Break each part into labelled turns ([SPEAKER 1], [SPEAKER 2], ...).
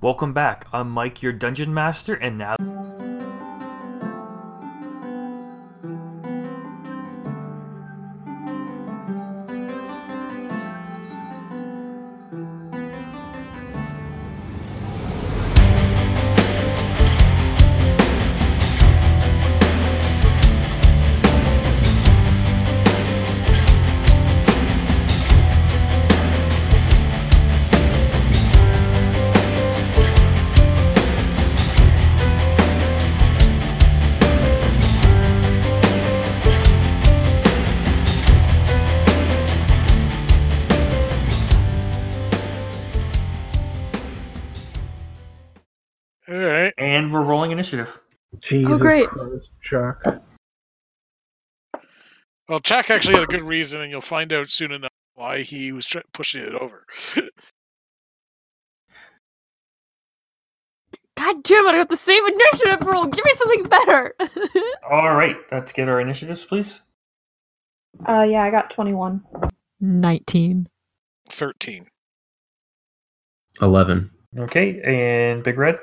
[SPEAKER 1] Welcome back. I'm Mike, your dungeon master, and now.
[SPEAKER 2] All right.
[SPEAKER 1] And we're rolling initiative.
[SPEAKER 3] Jesus
[SPEAKER 4] great.
[SPEAKER 3] Christ, Chuck.
[SPEAKER 2] Well, Chuck actually had a good reason, and you'll find out soon enough why he was try- pushing it over.
[SPEAKER 4] God damn it, I got the same initiative roll. Give me something better.
[SPEAKER 1] All right, let's get our initiatives, please.
[SPEAKER 5] Uh, yeah, I got 21.
[SPEAKER 4] 19.
[SPEAKER 2] 13.
[SPEAKER 6] 11.
[SPEAKER 1] Okay, and Big Red.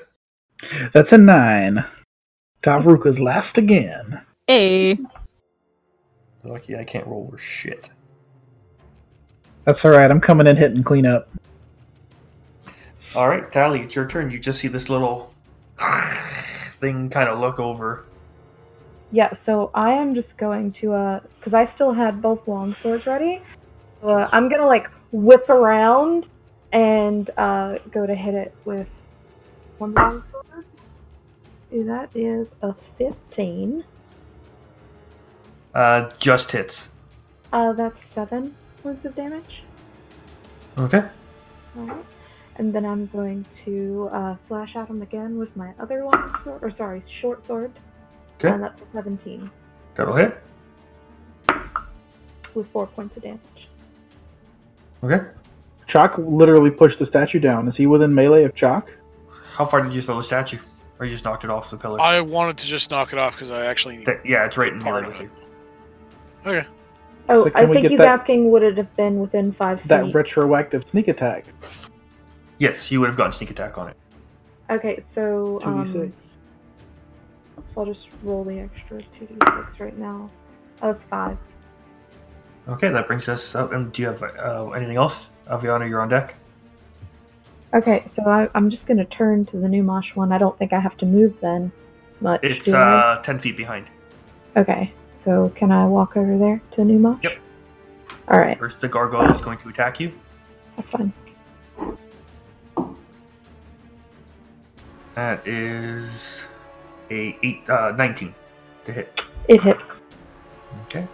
[SPEAKER 3] That's a nine. Tavruk is last again.
[SPEAKER 4] A.
[SPEAKER 1] Lucky I can't roll for shit.
[SPEAKER 3] That's all right. I'm coming in hitting clean up.
[SPEAKER 1] All right, Tally, it's your turn. You just see this little thing kind of look over.
[SPEAKER 5] Yeah, so I am just going to, uh, because I still had both long swords ready. So, uh, I'm gonna, like, whip around and, uh, go to hit it with one long sword. That is a 15.
[SPEAKER 1] Uh, just hits.
[SPEAKER 5] Uh, that's seven points of damage.
[SPEAKER 1] Okay.
[SPEAKER 5] Alright. And then I'm going to, uh, slash at him again with my other long sword, or sorry, short sword.
[SPEAKER 1] Okay.
[SPEAKER 5] And that's a 17
[SPEAKER 1] That'll hit.
[SPEAKER 5] with four points of damage.
[SPEAKER 1] Okay.
[SPEAKER 3] Chalk literally pushed the statue down. Is he within melee of Chalk?
[SPEAKER 1] How far did you throw the statue? Or you just knocked it off the pillar?
[SPEAKER 2] I wanted to just knock it off because I actually.
[SPEAKER 1] Th- yeah, it's right in
[SPEAKER 2] Part
[SPEAKER 1] here
[SPEAKER 2] of
[SPEAKER 1] with
[SPEAKER 2] it.
[SPEAKER 1] you.
[SPEAKER 2] Okay.
[SPEAKER 5] Oh,
[SPEAKER 3] So
[SPEAKER 5] I
[SPEAKER 3] can we
[SPEAKER 5] think
[SPEAKER 3] get
[SPEAKER 5] he's
[SPEAKER 3] that-
[SPEAKER 5] asking would it have been within five feet?
[SPEAKER 3] That retroactive sneak attack.
[SPEAKER 1] Yes, you would have gotten sneak attack on it.
[SPEAKER 5] okay, so
[SPEAKER 3] 2d6.
[SPEAKER 5] um, so I'll just roll the extra two d six right now. Of five.
[SPEAKER 1] Okay, that brings us up. And do you have uh, anything else? Aviana, you're on deck.
[SPEAKER 5] Okay, so I, I'm just gonna turn to the new Mosh one. I don't think I have to move then. Much.
[SPEAKER 1] It's
[SPEAKER 5] do I?
[SPEAKER 1] uh, 10 feet behind.
[SPEAKER 5] Okay, so can I walk over there to the new Mosh?
[SPEAKER 1] Yep.
[SPEAKER 5] All right,
[SPEAKER 1] First, the gargoyle is going to attack you.
[SPEAKER 5] that's fine.
[SPEAKER 1] That is a eight, uh, 19 to hit.
[SPEAKER 5] It hits.
[SPEAKER 1] Okay.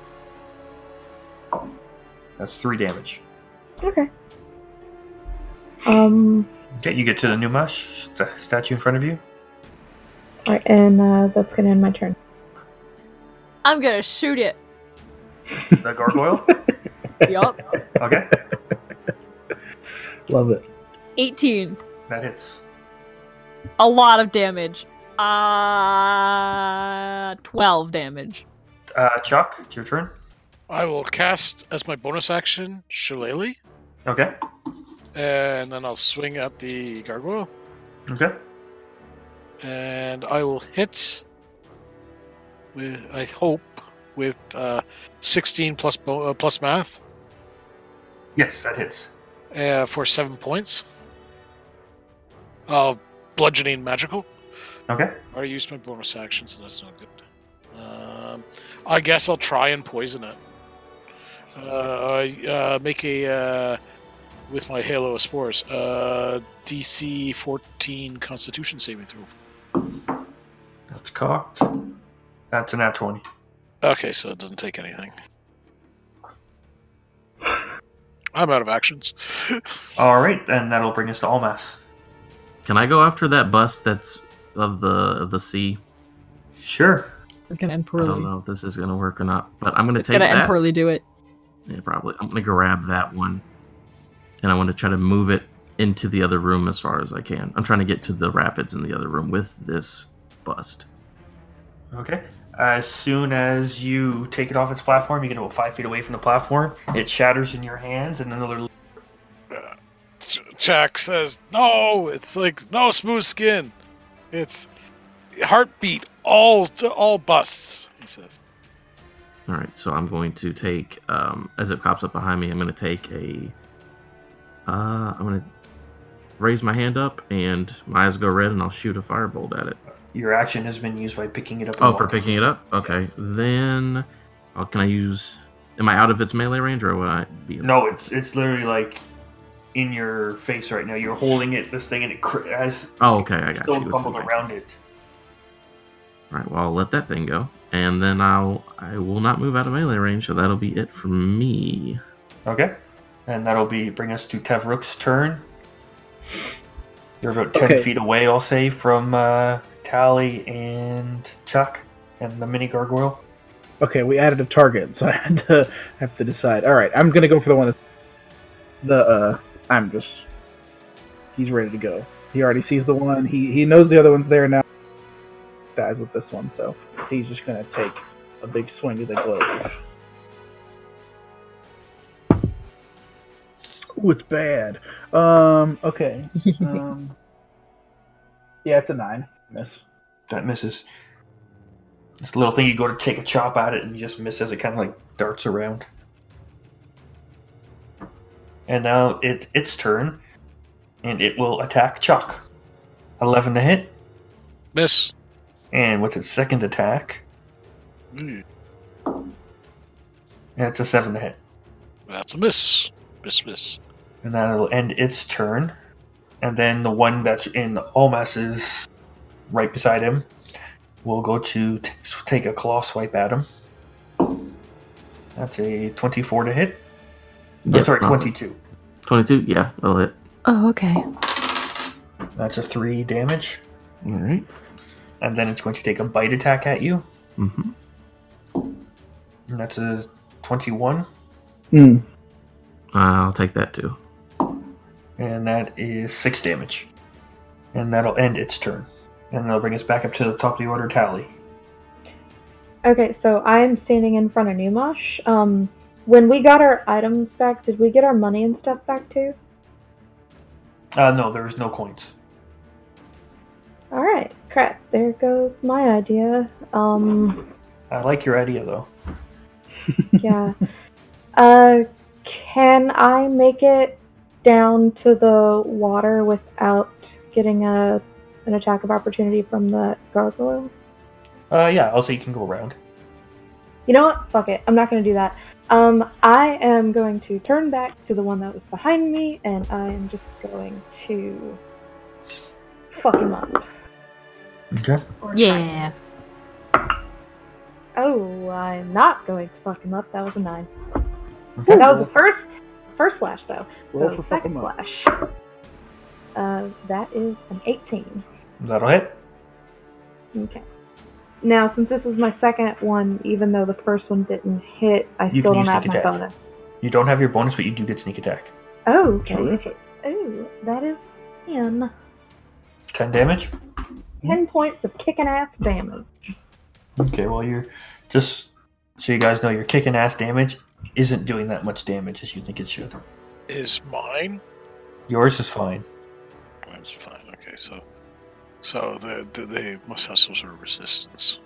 [SPEAKER 1] That's three damage.
[SPEAKER 5] Okay. Um.
[SPEAKER 1] Okay, you get to the Numash st- statue in front of you.
[SPEAKER 5] All right, and uh, that's gonna end my turn.
[SPEAKER 4] I'm gonna shoot it.
[SPEAKER 1] The gargoyle.
[SPEAKER 4] Yup.
[SPEAKER 1] okay,
[SPEAKER 3] Love it.
[SPEAKER 4] 18.
[SPEAKER 1] that hits.
[SPEAKER 4] A lot of damage. Uh, 12 damage.
[SPEAKER 1] Uh, Chuck, it's your turn.
[SPEAKER 2] I will cast as my bonus action Shillelagh,
[SPEAKER 1] Okay.
[SPEAKER 2] and then I'll swing at the gargoyle,
[SPEAKER 1] Okay.
[SPEAKER 2] and I will hit. With I hope with uh, 16 plus bo- uh, plus math
[SPEAKER 1] Yes, that hits.
[SPEAKER 2] uh, for seven points of bludgeoning magical.
[SPEAKER 1] Okay.
[SPEAKER 2] I used my bonus action, so that's not good. Um, I guess I'll try and poison it. Uh, I uh, make a uh, with my halo of spores. Uh, DC 14 Constitution saving throw.
[SPEAKER 1] That's cocked. That's a nat twenty.
[SPEAKER 2] Okay, so it doesn't take anything. I'm out of actions.
[SPEAKER 1] All right, then that'll bring us to Almas.
[SPEAKER 6] Can I go after that bust that's of the of the sea?
[SPEAKER 1] Sure.
[SPEAKER 4] This is gonna end
[SPEAKER 6] I don't
[SPEAKER 4] poorly.
[SPEAKER 6] know if this is gonna work or not, but I'm gonna
[SPEAKER 4] It's
[SPEAKER 6] take
[SPEAKER 4] gonna end
[SPEAKER 6] that.
[SPEAKER 4] poorly, do it.
[SPEAKER 6] Yeah, probably. I'm gonna grab that one, and I want to try to move it into the other room as far as I can. I'm trying to get to the rapids in the other room with this bust.
[SPEAKER 1] Okay. As soon as you take it off its platform, you get about five feet away from the platform. It shatters in your hands, and then another
[SPEAKER 2] Ch- Chak says, "No, it's like no smooth skin. It's heartbeat all to all busts." He says,
[SPEAKER 6] All right, so I'm going to take um, as it pops up behind me. I'm going to take a. Uh, I'm going to raise my hand up, and my eyes go red, and I'll shoot a firebolt at it.
[SPEAKER 1] Your action has been used by picking it up. and
[SPEAKER 6] Oh, for
[SPEAKER 1] walking.
[SPEAKER 6] picking it up. Okay, then oh, can I use? Am I out of its melee range, or would I be?
[SPEAKER 1] No, it's it's literally like in your face right now. You're holding it, this thing, and it cr- has
[SPEAKER 6] Oh, okay, I got
[SPEAKER 1] still
[SPEAKER 6] you.
[SPEAKER 1] crumbled around it.
[SPEAKER 6] All right, well, I'll let that thing go, and then I'll I will not move out of melee range, so that'll be it for me.
[SPEAKER 1] Okay, and that'll be bring us to Tevrook's turn. You're about ten
[SPEAKER 3] Okay.
[SPEAKER 1] feet away, I'll say, from uh, Tally and Chuck and the mini gargoyle.
[SPEAKER 3] Okay, we added a target, so I had to I have to decide. All right, I'm gonna go for the one that's the. uh I'm just. He's ready to go. He already sees the one. He he knows the other one's there now. Dies with this one, so he's just gonna take a big swing at the glove. Ooh, it's bad. Um. Okay. Um, yeah, it's a nine. Miss.
[SPEAKER 1] That misses. This little thing, you go to take a chop at it, and you just miss as it kind of like darts around. And now it its turn, and it will attack Chuck. Eleven to hit,
[SPEAKER 2] "Miss."
[SPEAKER 1] and with its second attack,
[SPEAKER 2] Mm,
[SPEAKER 1] it's a seven to hit,
[SPEAKER 2] That's a miss. Miss, miss.
[SPEAKER 1] and that'll end its turn. And then the one that's in Almas's right beside him will go to t- take a claw swipe at him. That's a twenty-four to hit. Oh,
[SPEAKER 6] Yeah,
[SPEAKER 1] sorry,
[SPEAKER 6] that's it.
[SPEAKER 1] twenty-two.
[SPEAKER 6] 22? Uh, Yeah, that'll hit.
[SPEAKER 4] Oh, okay.
[SPEAKER 1] That's a three damage,
[SPEAKER 6] All right.
[SPEAKER 1] and then it's going to take a bite attack at you,
[SPEAKER 6] Mm-hmm.
[SPEAKER 1] and that's a twenty-one,
[SPEAKER 3] Hmm.
[SPEAKER 6] I'll take that too.
[SPEAKER 1] and that is six damage, and that'll end its turn, and that'll bring us back up to the top of the order tally.
[SPEAKER 5] Okay, so I'm standing in front of Numosh. Um, when we got our items back, did we get our money and stuff back too?
[SPEAKER 1] Uh, no, there is no coins.
[SPEAKER 5] All right, crap. There goes my idea. Um,
[SPEAKER 1] I like your idea though.
[SPEAKER 5] yeah. uh, can I make it down to the water without getting a an attack of opportunity from the gargoyle?
[SPEAKER 1] Uh, yeah, I'll say you can go around.
[SPEAKER 5] You know what? Fuck it. I'm not gonna do that. Um, I am going to turn back to the one that was behind me, and I am just going to fuck him up.
[SPEAKER 1] Okay.
[SPEAKER 5] Or try-
[SPEAKER 4] Yeah.
[SPEAKER 5] Oh, I'm not going to fuck him up. That was a nine. That was the first first slash though.
[SPEAKER 3] Roll
[SPEAKER 5] So
[SPEAKER 3] for fuck
[SPEAKER 5] second
[SPEAKER 3] 'em up.
[SPEAKER 5] slash. Uh, that is an 18.
[SPEAKER 1] That'll hit.
[SPEAKER 5] Okay. Now, since this is my second one, even though the first one didn't hit, I
[SPEAKER 1] You
[SPEAKER 5] still
[SPEAKER 1] can
[SPEAKER 5] don't
[SPEAKER 1] use
[SPEAKER 5] have
[SPEAKER 1] sneak
[SPEAKER 5] my
[SPEAKER 1] attack.
[SPEAKER 5] bonus.
[SPEAKER 1] You don't have your bonus, but you do get sneak attack.
[SPEAKER 5] Oh, okay.
[SPEAKER 3] Terrific.
[SPEAKER 5] Oh, that is 10.
[SPEAKER 1] Ten damage.
[SPEAKER 2] Hmm?
[SPEAKER 5] 10 points of kicking ass damage.
[SPEAKER 1] Okay, well you're just so you guys know your kicking ass damage isn't doing that much damage as you think it should.
[SPEAKER 2] Is mine?
[SPEAKER 1] Yours is fine.
[SPEAKER 2] Mine's fine. Okay, so so the, the, they must have some sort of resistance.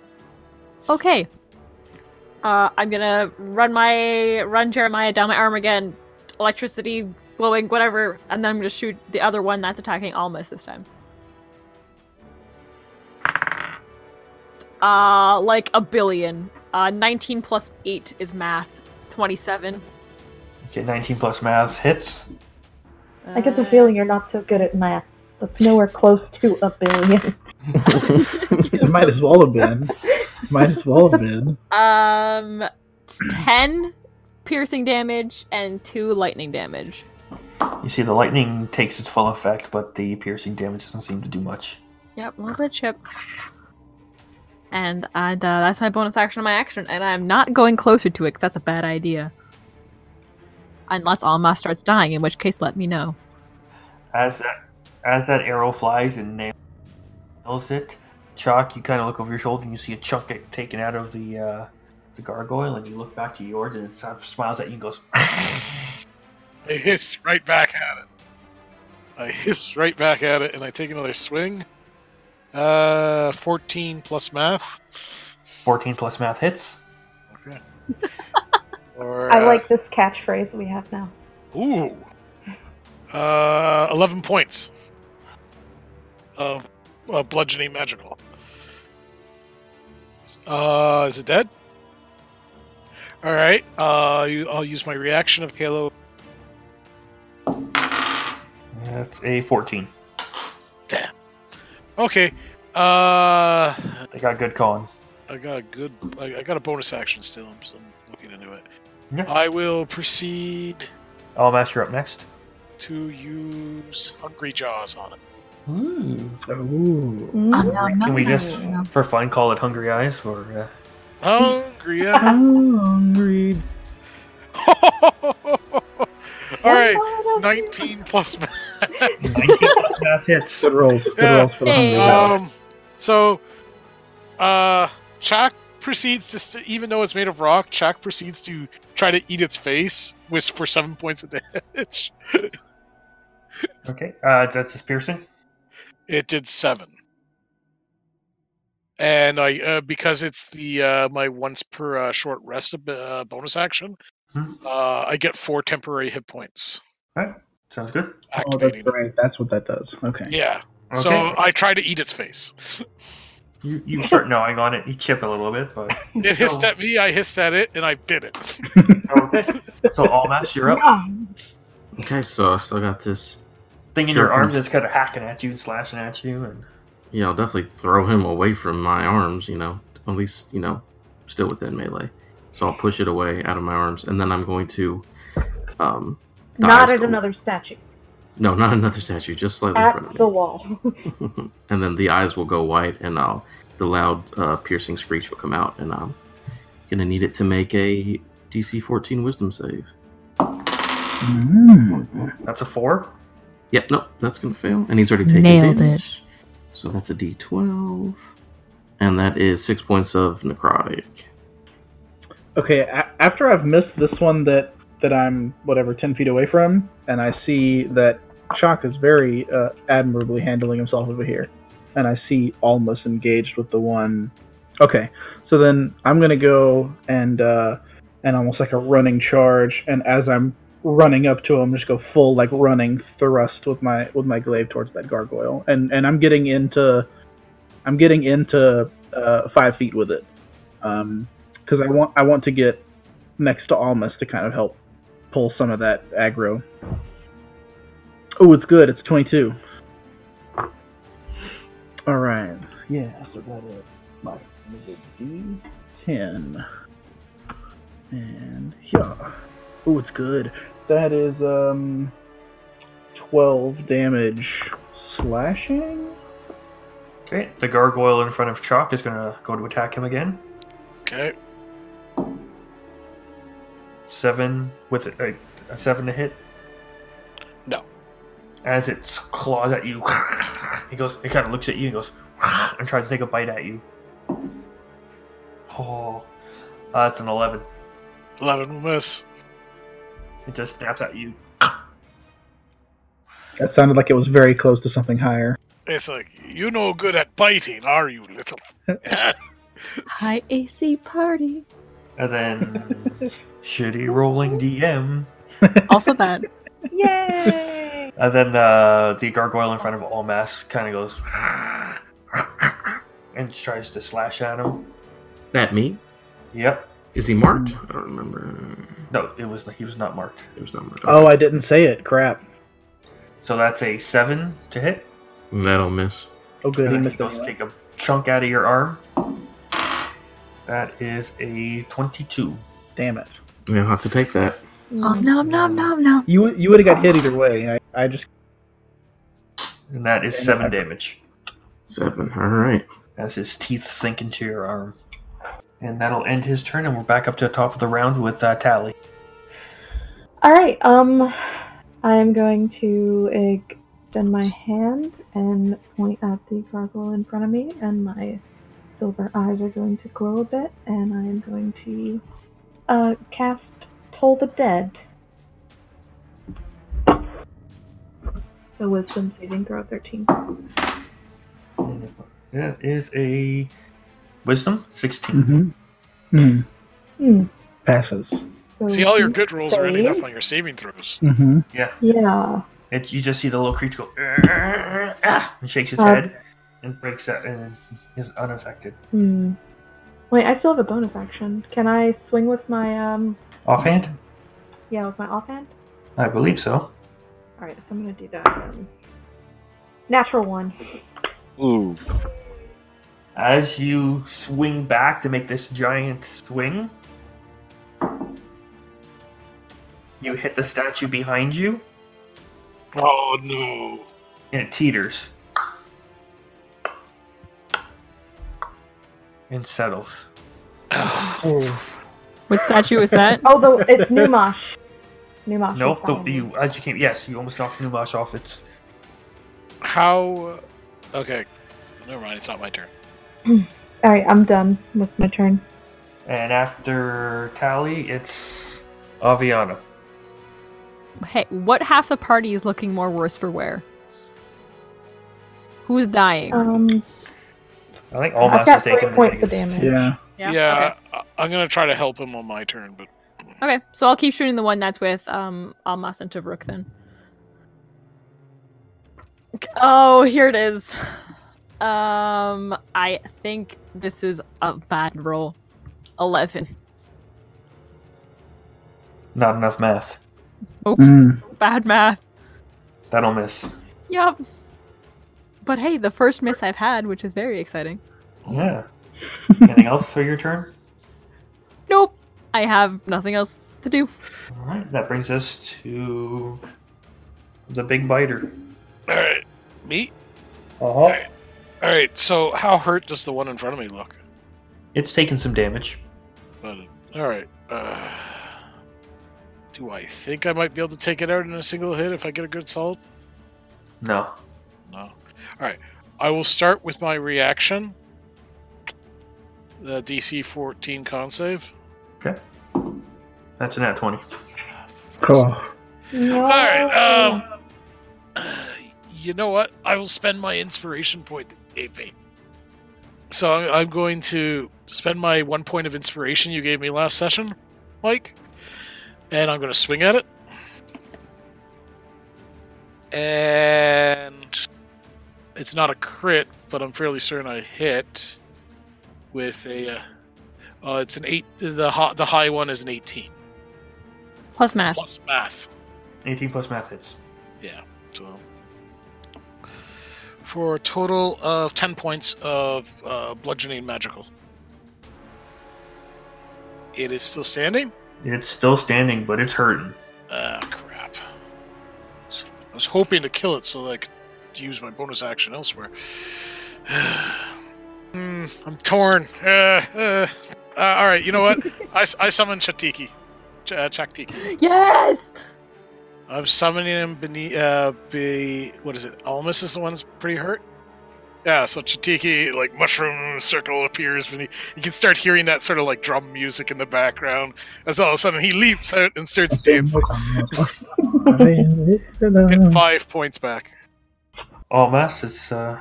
[SPEAKER 4] Okay. Uh, I'm gonna run my run Jeremiah down my arm again, electricity glowing, whatever, and then I'm gonna shoot the other one that's attacking Almas this time. Uh, like a billion. Uh, 19 plus 8 is math. It's 27.
[SPEAKER 1] Okay, 19 plus math hits.
[SPEAKER 5] I get the feeling you're not so good at math. That's nowhere close to a billion.
[SPEAKER 3] It might as well have been. Might as well have been.
[SPEAKER 4] Um, 10 piercing damage and 2 lightning damage.
[SPEAKER 1] You see, the lightning takes its full effect, but the piercing damage doesn't seem to do much.
[SPEAKER 4] Yep, one bit chip. And and uh, that's my bonus action and my action, and I'm not going closer to it because that's a bad idea. Unless Alma starts dying, in which case, let me know.
[SPEAKER 1] As that as that arrow flies and nails it, Chalk, you kind of look over your shoulder and you see a chunk get taken out of the uh, the gargoyle, and you look back to yours and it sort of smiles at you and goes,
[SPEAKER 2] It hits right back at it. I hiss right back at it, and I take another swing. Uh, 14 plus math.
[SPEAKER 1] 14 plus math hits.
[SPEAKER 2] Okay. or,
[SPEAKER 5] I
[SPEAKER 2] uh,
[SPEAKER 5] like this catchphrase we have now.
[SPEAKER 2] Ooh. Uh, 11 points of uh, bludgeoning magical. Uh, is it dead? All right. Uh, you, I'll use my reaction of Halo.
[SPEAKER 1] That's a 14.
[SPEAKER 2] Okay. Uh,
[SPEAKER 1] They got good con.
[SPEAKER 2] I got a good. I, I got a bonus action still. I'm, still looking into it.
[SPEAKER 1] Yeah.
[SPEAKER 2] I will proceed
[SPEAKER 1] All master up next.
[SPEAKER 2] to use Hungry Jaws on it.
[SPEAKER 3] Ooh.
[SPEAKER 5] Mm.
[SPEAKER 4] Um, no, no,
[SPEAKER 1] Can we
[SPEAKER 4] no,
[SPEAKER 1] just,
[SPEAKER 4] no.
[SPEAKER 1] for fun, call it Hungry Eyes? uh, Or
[SPEAKER 2] Hungry. yeah.
[SPEAKER 3] Hungry.
[SPEAKER 2] All right.
[SPEAKER 5] What about you?
[SPEAKER 2] 19 plus.
[SPEAKER 1] uh, 19 plus math hits.
[SPEAKER 3] Good rolls. Good
[SPEAKER 2] Yeah.
[SPEAKER 3] rolls for the hungry
[SPEAKER 4] Hey.
[SPEAKER 3] guy.
[SPEAKER 2] Um, so, uh, Chak proceeds to, st- even though it's made of rock, Chak proceeds to try to eat its face with for seven points of damage.
[SPEAKER 1] Okay, uh, that's just piercing.
[SPEAKER 2] It did seven, and I uh, because it's the uh, my once per uh, short rest ab- uh, bonus action,
[SPEAKER 1] Hmm.
[SPEAKER 2] uh, I get four temporary hit points
[SPEAKER 1] Sounds good.
[SPEAKER 3] Oh, that's
[SPEAKER 2] activating.
[SPEAKER 3] right. That's what that does. Okay.
[SPEAKER 2] Yeah,
[SPEAKER 1] Okay.
[SPEAKER 2] so uh, I try to eat its face.
[SPEAKER 1] you, you start gnawing on it. You chip a little bit, but
[SPEAKER 2] It hissed
[SPEAKER 1] So-
[SPEAKER 2] at me. I hissed at it, and I bit it.
[SPEAKER 1] okay. So all mass, you're up.
[SPEAKER 5] No.
[SPEAKER 6] Okay, so I still got this.
[SPEAKER 1] Thing in
[SPEAKER 6] Sure
[SPEAKER 1] your
[SPEAKER 6] can-
[SPEAKER 1] arms that's kind of hacking at you and slashing at you, and
[SPEAKER 6] Yeah, I'll definitely throw him away from my arms, you know, at least, you know, still within melee. So I'll push it away out of my arms, and then I'm going to. um
[SPEAKER 5] Not
[SPEAKER 6] eyes
[SPEAKER 5] at
[SPEAKER 6] go-
[SPEAKER 5] another statue.
[SPEAKER 6] No, not another statue, just slightly in front
[SPEAKER 5] At
[SPEAKER 6] of
[SPEAKER 5] the
[SPEAKER 6] me.
[SPEAKER 5] wall.
[SPEAKER 6] and then the eyes will go white, and I'll. The loud, uh, piercing screech will come out, and I'm going to need it to make a DC 14 wisdom save.
[SPEAKER 3] Mm.
[SPEAKER 1] that's a four.
[SPEAKER 6] Yep, nope, that's gonna fail. And he's already taken
[SPEAKER 7] Nailed
[SPEAKER 6] damage. So that's a D twelve. And that is six points of necrotic.
[SPEAKER 3] Okay, a- after I've missed this one that that I'm whatever ten feet away from, and I see that Shock is very uh, admirably handling himself over here, and I see almost engaged with the one. Okay, so then I'm gonna go and uh, and almost like a running charge, and as I'm running up to him, just go full like running thrust with my with my glaive towards that gargoyle, and and I'm getting into, I'm getting into uh, five feet with it. Um, because I want I want to get next to Almas to kind of help pull some of that aggro. Oh, it's good. It's 22. All right. Yeah. So that is my D10, and yeah. Oh, it's good. That is um 12 damage slashing.
[SPEAKER 1] Okay, the gargoyle in front of Chalk is gonna go to attack him again.
[SPEAKER 2] Okay.
[SPEAKER 1] Seven with a, a seven to hit.
[SPEAKER 2] No.
[SPEAKER 1] As its claws at you, it goes. It kind of looks at you and goes and tries to take a bite at you. Oh, uh, that's an eleven.
[SPEAKER 2] 11 will miss.
[SPEAKER 1] It just snaps at you.
[SPEAKER 3] That sounded like it was very close to something higher.
[SPEAKER 2] It's like, you no good at biting, are you, little?
[SPEAKER 7] High AC party.
[SPEAKER 1] And then shitty rolling DM.
[SPEAKER 4] Also that.
[SPEAKER 5] Yay!
[SPEAKER 1] And then the the gargoyle in front of Olmas kind of goes and tries to slash at him.
[SPEAKER 6] That me?
[SPEAKER 1] Yep.
[SPEAKER 6] Is he marked? I don't remember.
[SPEAKER 1] No, it was he was not marked.
[SPEAKER 6] It was not marked.
[SPEAKER 3] Oh, I didn't say it. Crap.
[SPEAKER 1] So that's a seven to hit.
[SPEAKER 6] that'll miss.
[SPEAKER 3] Oh, good. He
[SPEAKER 1] And then
[SPEAKER 3] missed
[SPEAKER 1] he goes to
[SPEAKER 3] anyway.
[SPEAKER 1] take a chunk out of your arm. That is a twenty-two.
[SPEAKER 3] Damn it.
[SPEAKER 6] You'll have to take that.
[SPEAKER 4] Um,
[SPEAKER 7] Om nom nom nom nom.
[SPEAKER 3] You would- you would have got hit either way. I, I just
[SPEAKER 1] And that is seven damage.
[SPEAKER 6] Seven. Alright.
[SPEAKER 1] As his teeth sink into your arm. And that'll end his turn, and we're back up to the top of the round with uh, Tally.
[SPEAKER 5] All right. Um, I am going to extend my hand and point at the gargoyle in front of me, and my silver eyes are going to glow a bit, and I am going to uh, cast Toll the Dead. The wisdom saving throw 13.
[SPEAKER 1] That is a wisdom 16
[SPEAKER 3] Mm-hmm. Mm.
[SPEAKER 5] Hmm.
[SPEAKER 3] Passes.
[SPEAKER 5] So
[SPEAKER 2] See, all your good rolls are ending up
[SPEAKER 5] Save?
[SPEAKER 2] on your saving throws.
[SPEAKER 3] Mm-hmm.
[SPEAKER 5] Yeah.
[SPEAKER 1] It, you just see the little creature go "Arr, ah," and shakes its
[SPEAKER 5] Uh,
[SPEAKER 1] head and breaks out and is unaffected.
[SPEAKER 5] Hmm. Wait, I still have a bonus action. Can I swing with my um?
[SPEAKER 1] Offhand,
[SPEAKER 5] Yeah, with my offhand.
[SPEAKER 1] I believe so.
[SPEAKER 5] All right, so I'm gonna do that. Um, natural one.
[SPEAKER 8] Ooh.
[SPEAKER 1] As you swing back to make this giant swing, you hit the statue behind you
[SPEAKER 2] Oh no!
[SPEAKER 1] and it teeters and settles.
[SPEAKER 4] Which statue is that?
[SPEAKER 5] Although it's Numash. Numash.
[SPEAKER 1] Nope,
[SPEAKER 5] is
[SPEAKER 1] the,
[SPEAKER 5] behind me.
[SPEAKER 1] you as you came. Yes, you almost knocked Numash off its
[SPEAKER 2] How? uh, Okay, never mind. It's not my turn.
[SPEAKER 5] All right, I'm done with my turn.
[SPEAKER 1] And after Tally, it's Aviana.
[SPEAKER 4] Hey, what half the party is looking more worse for wear? Who's dying?
[SPEAKER 5] Um,
[SPEAKER 1] I think
[SPEAKER 5] I've
[SPEAKER 1] Almas
[SPEAKER 5] got
[SPEAKER 1] is
[SPEAKER 5] three
[SPEAKER 1] taking the
[SPEAKER 5] points of
[SPEAKER 1] biggest.
[SPEAKER 5] damage.
[SPEAKER 3] Yeah.
[SPEAKER 2] Yeah, I, I'm gonna try to help him on my turn, but
[SPEAKER 4] Okay. okay, so I'll keep shooting the one that's with um Almas and Tovruk then. Oh, here it is. Um, I think this is a bad roll. Eleven.
[SPEAKER 1] Not enough math.
[SPEAKER 3] Mm.
[SPEAKER 4] Bad math.
[SPEAKER 1] That'll miss.
[SPEAKER 4] Yup. But hey, the first miss I've had, which is very exciting.
[SPEAKER 1] Yeah. Anything else for your turn?
[SPEAKER 4] Nope, I have nothing else to do.
[SPEAKER 1] All right. That brings us to the big biter.
[SPEAKER 2] all right, me.
[SPEAKER 1] Uh-huh.
[SPEAKER 2] All right. So, how hurt does the one in front of me look?
[SPEAKER 1] It's taken some damage.
[SPEAKER 2] But all right. Uh, do I think I might be able to take it out in a single hit if I get a good solid?
[SPEAKER 1] No.
[SPEAKER 2] No. All right. I will start with my reaction. The DC 14 con save.
[SPEAKER 1] That's an at 20.
[SPEAKER 3] Cool.
[SPEAKER 5] No.
[SPEAKER 2] All right. Um, you know what? I will spend my inspiration point that you gave me. So I'm- I'm going to spend my one point of inspiration you gave me last session, Mike, and I'm going to swing at it. And it's not a crit, but I'm fairly certain I hit with a. Uh, uh, it's an eight. The high, the high one is an 18
[SPEAKER 4] Plus math.
[SPEAKER 2] plus math.
[SPEAKER 1] 18 plus math hits.
[SPEAKER 2] So for a total of ten points of uh, bludgeoning magical. It is still standing.
[SPEAKER 1] It's still standing, but it's hurting.
[SPEAKER 2] Ah, crap! So I was hoping to kill it so that I could use my bonus action elsewhere. Hmm, I'm torn. Uh, uh, uh, all right, you know what? I, I summon Chatiki. Ch- uh, Chaktiki.
[SPEAKER 4] Yes!
[SPEAKER 2] I'm summoning him beneath. Uh, be what is it? Almas is the one that's pretty hurt. Yeah, so Chitiki, like mushroom circle appears beneath. You can start hearing that sort of like drum music in the background as all of a sudden he leaps out and starts dancing.
[SPEAKER 3] Mm-hmm.
[SPEAKER 2] Get five points back.
[SPEAKER 1] Almas, it's uh,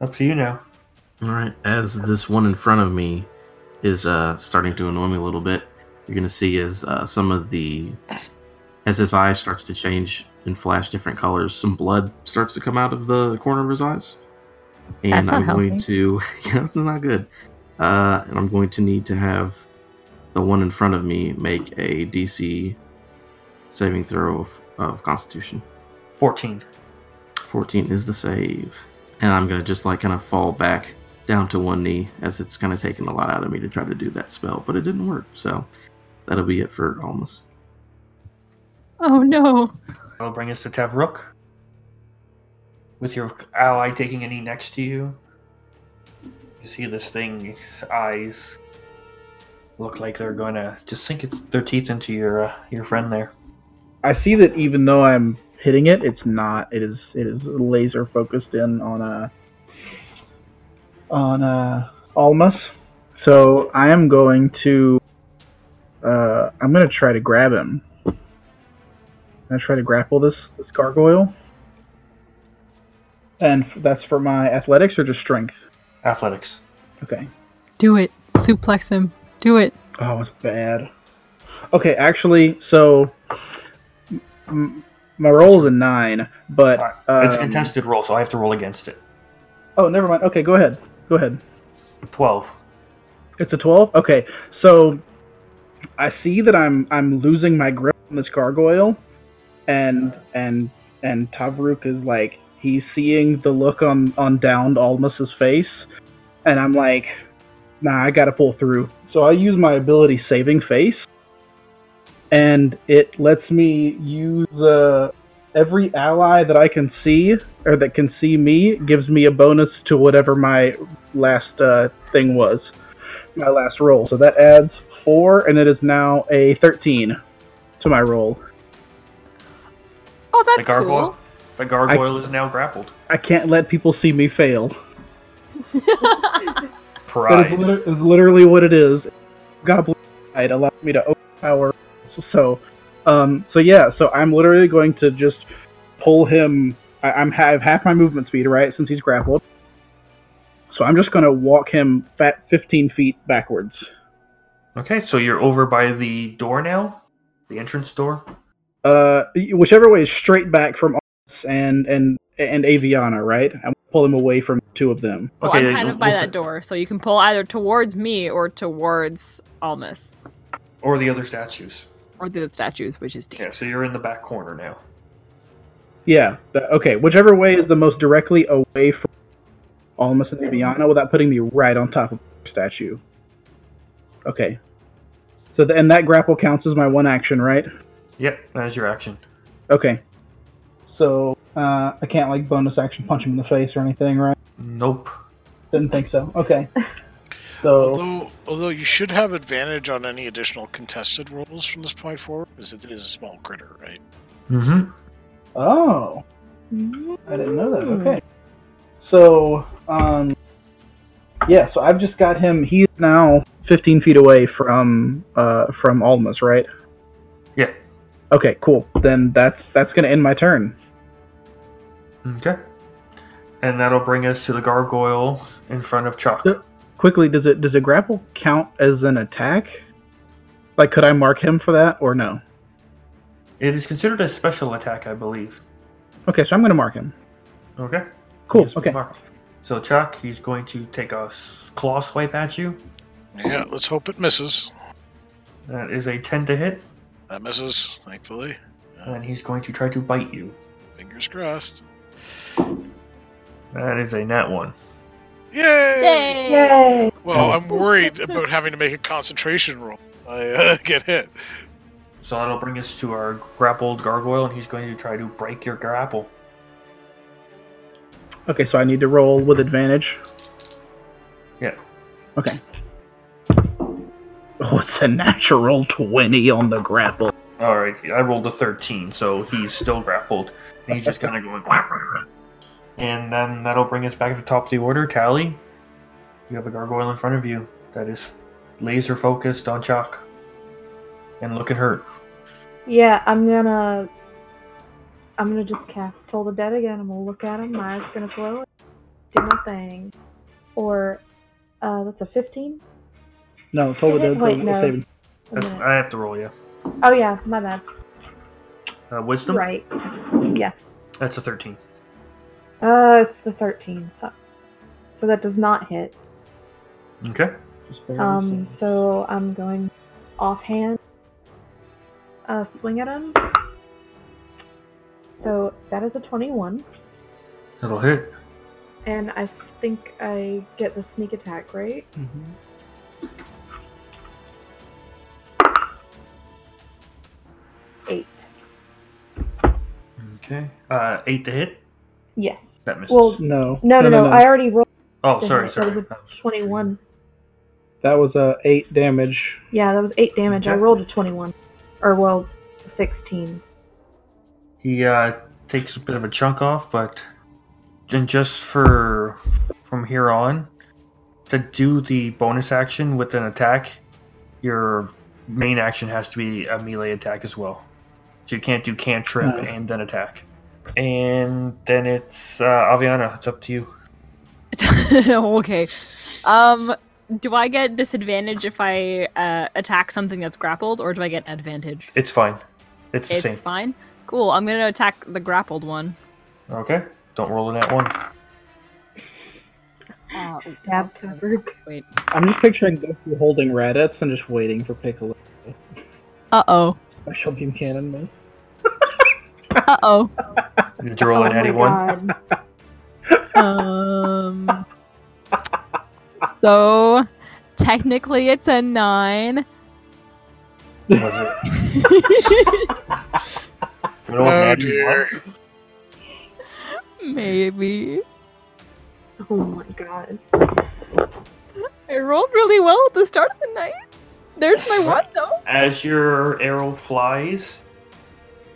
[SPEAKER 1] up to you now.
[SPEAKER 6] All right, as this one in front of me is uh, starting to annoy me a little bit, you're gonna see as uh, some of the as his eye starts to change and flash different colors, some blood starts to come out of the corner of his eyes. And
[SPEAKER 7] That's not
[SPEAKER 6] I'm going
[SPEAKER 7] healthy.
[SPEAKER 6] to yeah, this is not good. Uh, and I'm going to need to have the one in front of me make a DC saving throw of, of Constitution.
[SPEAKER 1] 14.
[SPEAKER 6] 14 is the save. And I'm going to just like kind of fall back down to one knee as it's kind of taken a lot out of me to try to do that spell, but it didn't work. So that'll be it for Almas.
[SPEAKER 4] Oh no.
[SPEAKER 1] That'll bring us to Tavrook. With your ally taking a knee next to you, you see this thing's eyes look like they're gonna just sink its, their teeth into your uh, your friend there.
[SPEAKER 3] I see that even though I'm hitting it, it's not. It is it is laser focused in on a on a Almas. So I am going to uh, I'm going to try to grab him. I'm going to try to grapple this this gargoyle. And f- that's for my athletics or just strength?
[SPEAKER 1] Athletics.
[SPEAKER 3] Okay.
[SPEAKER 4] Do it. Suplex him. Do it.
[SPEAKER 3] Oh, it's bad. Okay, actually, so m- my roll is a nine, but
[SPEAKER 1] Alright,
[SPEAKER 3] um,
[SPEAKER 1] it's an intensity roll, so I have to roll against it.
[SPEAKER 3] Oh, never mind. Okay, go ahead. Go ahead.
[SPEAKER 1] Twelve.
[SPEAKER 3] It's a twelve. Okay, so I see that I'm I'm losing my grip on this gargoyle, and and and Tavruk is like he's seeing the look on on downed Almus's face, and I'm like, nah, I gotta pull through. So I use my ability saving face, and it lets me use uh, every ally that I can see or that can see me gives me a bonus to whatever my last uh, thing was my last roll. So that adds four, and it is now a 13 to my roll.
[SPEAKER 4] Oh,
[SPEAKER 1] the
[SPEAKER 4] that's
[SPEAKER 1] gargoyle.
[SPEAKER 4] cool.
[SPEAKER 1] The gargoyle is now grappled.
[SPEAKER 3] I can't let people see me fail. That is,
[SPEAKER 1] Pride.
[SPEAKER 3] liter- is literally what it is. Goblin Pride allows me to overpower. So, um, so yeah, so I'm literally going to just pull him. I, I'm ha- I have half my movement speed, right, since he's grappled. So I'm just going to walk him fat 15 feet backwards.
[SPEAKER 1] Okay, so you're over by the door now, the entrance door.
[SPEAKER 3] Uh, whichever way is straight back from Argus and and and Aviana, right? I'm pull him away from two of them.
[SPEAKER 4] Well,
[SPEAKER 1] okay,
[SPEAKER 4] Oh, I'm kind of by
[SPEAKER 1] we'll-
[SPEAKER 4] that door, so you can pull either towards me or towards Almus
[SPEAKER 1] or the other statues.
[SPEAKER 4] or the statues, which is
[SPEAKER 1] Yeah,
[SPEAKER 4] dangerous.
[SPEAKER 1] so you're in the back corner now.
[SPEAKER 3] Yeah. th- okay. Whichever way is the most directly away from Almas and Aviana without putting me right on top of the statue. Okay. So th- and that grapple counts as my one action, right?
[SPEAKER 1] Yep, that is your action.
[SPEAKER 3] Okay. So uh, I can't like bonus action punch him in the face or anything, right?
[SPEAKER 1] Nope.
[SPEAKER 3] Didn't think so. Okay. So
[SPEAKER 2] Although, although you should have advantage on any additional contested rolls from this point forward, because it is a small critter, right?
[SPEAKER 1] Mm-hmm.
[SPEAKER 3] oh. I didn't know that.
[SPEAKER 1] Hmm.
[SPEAKER 3] Okay. So, um, yeah. So I've just got him. He's now 15 feet away from uh from Almas, right?
[SPEAKER 1] Yeah.
[SPEAKER 3] Okay. Cool. Then that's that's gonna end my turn.
[SPEAKER 1] Okay. And that'll bring us to the gargoyle in front of Chalk.
[SPEAKER 3] Yep. Quickly, does it does a grapple count as an attack? Like, could I mark him for that or no?
[SPEAKER 1] It is considered a special attack, I believe.
[SPEAKER 3] Okay, so I'm gonna mark him.
[SPEAKER 1] Okay.
[SPEAKER 3] Cool.
[SPEAKER 1] Yes,
[SPEAKER 3] okay.
[SPEAKER 1] Mark. So Chalk, he's going to take a s- claw swipe at you.
[SPEAKER 2] Yeah, let's hope it misses.
[SPEAKER 1] That is a 10 to hit,
[SPEAKER 2] That misses, thankfully.
[SPEAKER 1] and he's going to try to bite you.
[SPEAKER 2] Fingers crossed.
[SPEAKER 1] That is a nat one.
[SPEAKER 2] Yay!
[SPEAKER 4] Yay!
[SPEAKER 5] Yay!
[SPEAKER 2] Well, I'm worried about having to make a concentration roll. I uh, get hit.
[SPEAKER 1] So that'll bring us to our grappled gargoyle, and he's going to try to break your grapple.
[SPEAKER 3] Okay, so I need to roll with advantage.
[SPEAKER 1] Yeah.
[SPEAKER 3] Okay. Oh, it's a natural 20 on the grapple.
[SPEAKER 1] All right, I rolled a 13, so he's still grappled. And he's just kind of going. and then that'll bring us back to the top of the order. Tally, you have a gargoyle in front of you that is laser focused on Chalk and looking hurt.
[SPEAKER 5] Yeah, I'm gonna. I'm gonna just cast Toll the Dead again. I'm gonna look at him. My eyes gonna glow. Do my thing. Or, uh, that's a 15?
[SPEAKER 3] No, it's over the
[SPEAKER 5] Wait, no.
[SPEAKER 3] saving.
[SPEAKER 5] Wait a
[SPEAKER 1] That's,
[SPEAKER 5] minute.
[SPEAKER 1] I have to roll you.
[SPEAKER 5] Oh, yeah, my bad.
[SPEAKER 1] Uh, wisdom?
[SPEAKER 5] Right. Yeah.
[SPEAKER 1] That's a 13.
[SPEAKER 5] Uh, it's the 13. So, so that does not hit.
[SPEAKER 1] Okay.
[SPEAKER 3] Just barely
[SPEAKER 5] Um,
[SPEAKER 3] saving.
[SPEAKER 5] so I'm going offhand. Uh, swing at him. So that is a 21,
[SPEAKER 1] That'll hit.
[SPEAKER 5] and I think I get the sneak attack, right? Eight.
[SPEAKER 1] Okay. Uh, 8 to hit.
[SPEAKER 5] Yes.
[SPEAKER 1] That misses.
[SPEAKER 5] Well,
[SPEAKER 3] No.
[SPEAKER 5] No, no, no. I already rolled
[SPEAKER 1] oh, sorry,
[SPEAKER 5] that was
[SPEAKER 1] sorry.
[SPEAKER 5] a 21.
[SPEAKER 3] That was uh, 8 damage.
[SPEAKER 5] Yeah, that was eight damage. I
[SPEAKER 1] Okay.
[SPEAKER 5] rolled a 21, or well, 16.
[SPEAKER 1] He uh, takes a bit of a chunk off, but then just for from here on to do the bonus action with an attack, your main action has to be a melee attack as well. So you can't do cantrip
[SPEAKER 3] No.
[SPEAKER 1] and then attack. And then it's uh, Aviana. It's up to you.
[SPEAKER 4] okay. Um, do I get disadvantage if I uh, attack something that's grappled, or do I get advantage?
[SPEAKER 1] It's fine. It's the
[SPEAKER 4] It's
[SPEAKER 1] same.
[SPEAKER 4] fine. Cool. I'm gonna attack the grappled one.
[SPEAKER 1] Okay. Don't roll in that one.
[SPEAKER 4] Uh,
[SPEAKER 5] Stab covered.
[SPEAKER 4] wait.
[SPEAKER 3] I'm just picturing Goku holding Raditz and just waiting for Piccolo.
[SPEAKER 4] Uh oh.
[SPEAKER 3] Special beam cannon me.
[SPEAKER 4] Uh oh.
[SPEAKER 1] You have to roll in
[SPEAKER 5] Oh my
[SPEAKER 1] any one.
[SPEAKER 5] God.
[SPEAKER 4] Um. So technically, it's a nine.
[SPEAKER 1] Was it? You know what
[SPEAKER 2] Oh,
[SPEAKER 1] Maddie
[SPEAKER 2] dear.
[SPEAKER 1] wants?
[SPEAKER 4] Maybe.
[SPEAKER 5] Oh my god.
[SPEAKER 4] I rolled really well at the start of the night. There's my one though.
[SPEAKER 1] As your arrow flies,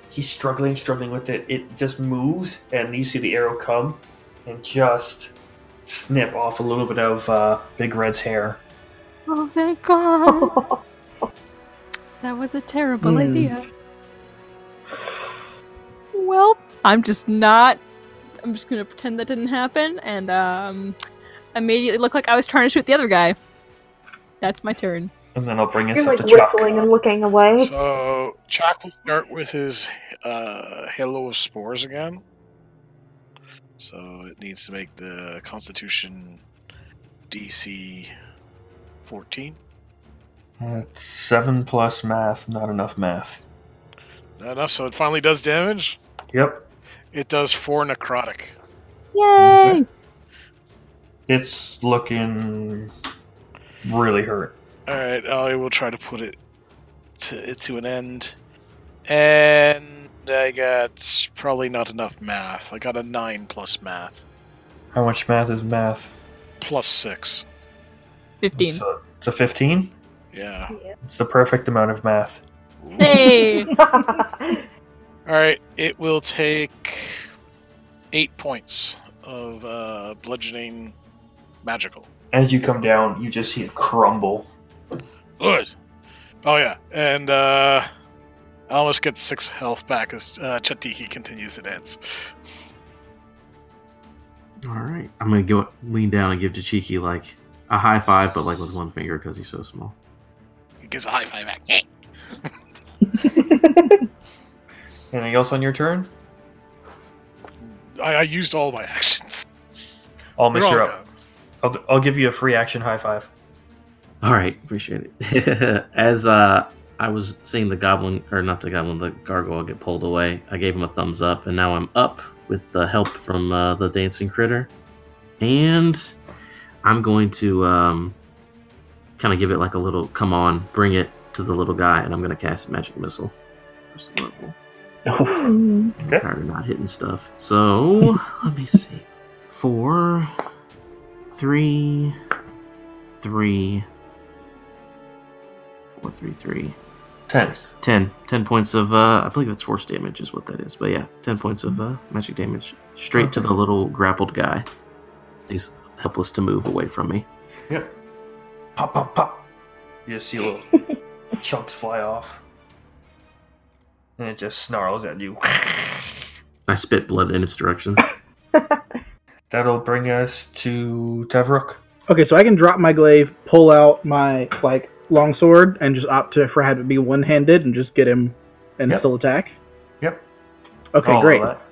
[SPEAKER 1] he's struggling, struggling with it. It just moves, and you see the arrow come and just snip off a little bit of uh, Big Red's hair.
[SPEAKER 4] Oh thank God. That was a terrible
[SPEAKER 3] Hmm.
[SPEAKER 4] idea. Well, I'm just not. I'm just gonna pretend that didn't happen and um, immediately look like I was trying to shoot the other guy. That's my turn.
[SPEAKER 1] And then I'll bring us
[SPEAKER 5] You're
[SPEAKER 1] up
[SPEAKER 5] like
[SPEAKER 1] to Chuck.
[SPEAKER 5] whistling and looking away.
[SPEAKER 2] So Chuck will start with his uh, halo of spores again. So it needs to make the Constitution DC 14.
[SPEAKER 1] That's seven plus math, not enough math.
[SPEAKER 2] Not enough, so it finally does damage.
[SPEAKER 1] Yep.
[SPEAKER 2] It does four necrotic.
[SPEAKER 4] Yay!
[SPEAKER 1] It's looking really hurt.
[SPEAKER 2] All right, I will try to put it to, to an end. And I got probably not enough math. I got a nine plus math,
[SPEAKER 1] How much math is math?
[SPEAKER 2] plus six.
[SPEAKER 4] Fifteen.
[SPEAKER 1] It's a- It's a 15.
[SPEAKER 2] Yeah.
[SPEAKER 1] It's the perfect amount of math.
[SPEAKER 4] Hey!
[SPEAKER 2] All right, it will take eight points of uh, bludgeoning magical.
[SPEAKER 1] As you come down, you just see it crumble.
[SPEAKER 2] Good. Oh yeah, and uh, I almost get six health back as uh, Chatiki continues to dance.
[SPEAKER 6] All right. I'm gonna go lean down and give Tachiki like a high five, but like with one finger because he's so small.
[SPEAKER 2] He gives a high five back.
[SPEAKER 1] Anything else on your turn?
[SPEAKER 2] I, I used all my actions.
[SPEAKER 1] I'll mix
[SPEAKER 2] You're
[SPEAKER 1] her
[SPEAKER 2] all
[SPEAKER 1] up. I'll, I'll give you a free action high five.
[SPEAKER 6] All right, appreciate it. As uh, I was seeing the goblin, or not the goblin, the gargoyle get pulled away, I gave him a thumbs up, and now I'm up with the help from uh, the dancing critter, and I'm going to um, kind of give it like a little "come on, bring it" to the little guy, and I'm going to cast magic missile. First level.
[SPEAKER 5] Hmm.
[SPEAKER 6] I'm
[SPEAKER 1] Okay.
[SPEAKER 6] tired of not hitting stuff. So let me see. Four, three, three, four, three, three.
[SPEAKER 1] Ten.
[SPEAKER 6] Ten. Ten points of uh I believe it's force damage is what that is, but yeah, ten points of uh magic damage. Straight to the little grappled guy. He's helpless to move away from me.
[SPEAKER 1] Yep. Pop, pop, pop. You just see little chunks fly off. And it just snarls at you.
[SPEAKER 6] I spit blood in its direction.
[SPEAKER 1] That'll bring us to Tavrook.
[SPEAKER 3] Okay, so I can drop my glaive, pull out my like longsword, and just opt to for have it be one-handed and just get him and
[SPEAKER 1] Yep.
[SPEAKER 3] still attack.
[SPEAKER 1] Yep. Oh,
[SPEAKER 3] Okay,
[SPEAKER 1] I'll allow
[SPEAKER 3] great.
[SPEAKER 1] that.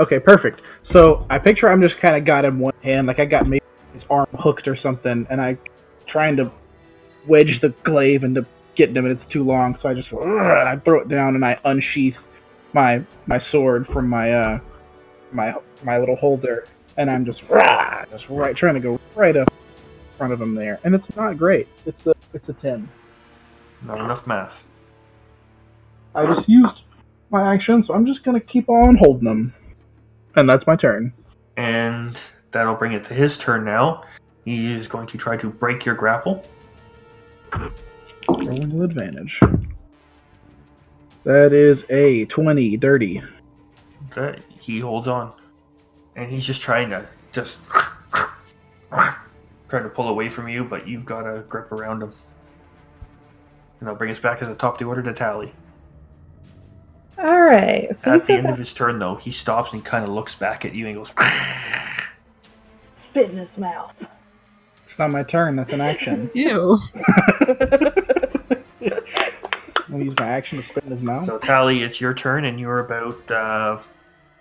[SPEAKER 3] Okay, perfect. So I picture I'm just kind of got him one hand, like I got maybe his arm hooked or something, and I trying to wedge the glaive into getting him, and it's too long. So I just "Ugh," and I throw it down and I unsheath my my sword from my uh my my little holder, and I'm just "Rah," just right trying to go right up in front of him there, and it's not great. It's a it's a ten.
[SPEAKER 1] Not enough math.
[SPEAKER 3] I just used my action, so I'm just gonna keep on holding him, and that's my turn.
[SPEAKER 1] And that'll bring it to his turn now. He is going to try to break your grapple.
[SPEAKER 3] Rolling with advantage. That is a 20, dirty.
[SPEAKER 1] Okay, he holds on. And he's just trying to just trying to pull away from you, but you've got a grip around him. And I'll bring us back to the top of the order to tally.
[SPEAKER 5] I All right. So
[SPEAKER 1] At the
[SPEAKER 5] he's
[SPEAKER 1] end of his turn, though, he stops and kind of looks back at you and goes,
[SPEAKER 5] spit in his mouth.
[SPEAKER 3] It's not my turn. That's an action.
[SPEAKER 4] Ew.
[SPEAKER 3] I'll use my action to spit in his mouth.
[SPEAKER 1] So, Tally, it's your turn, and you're about uh,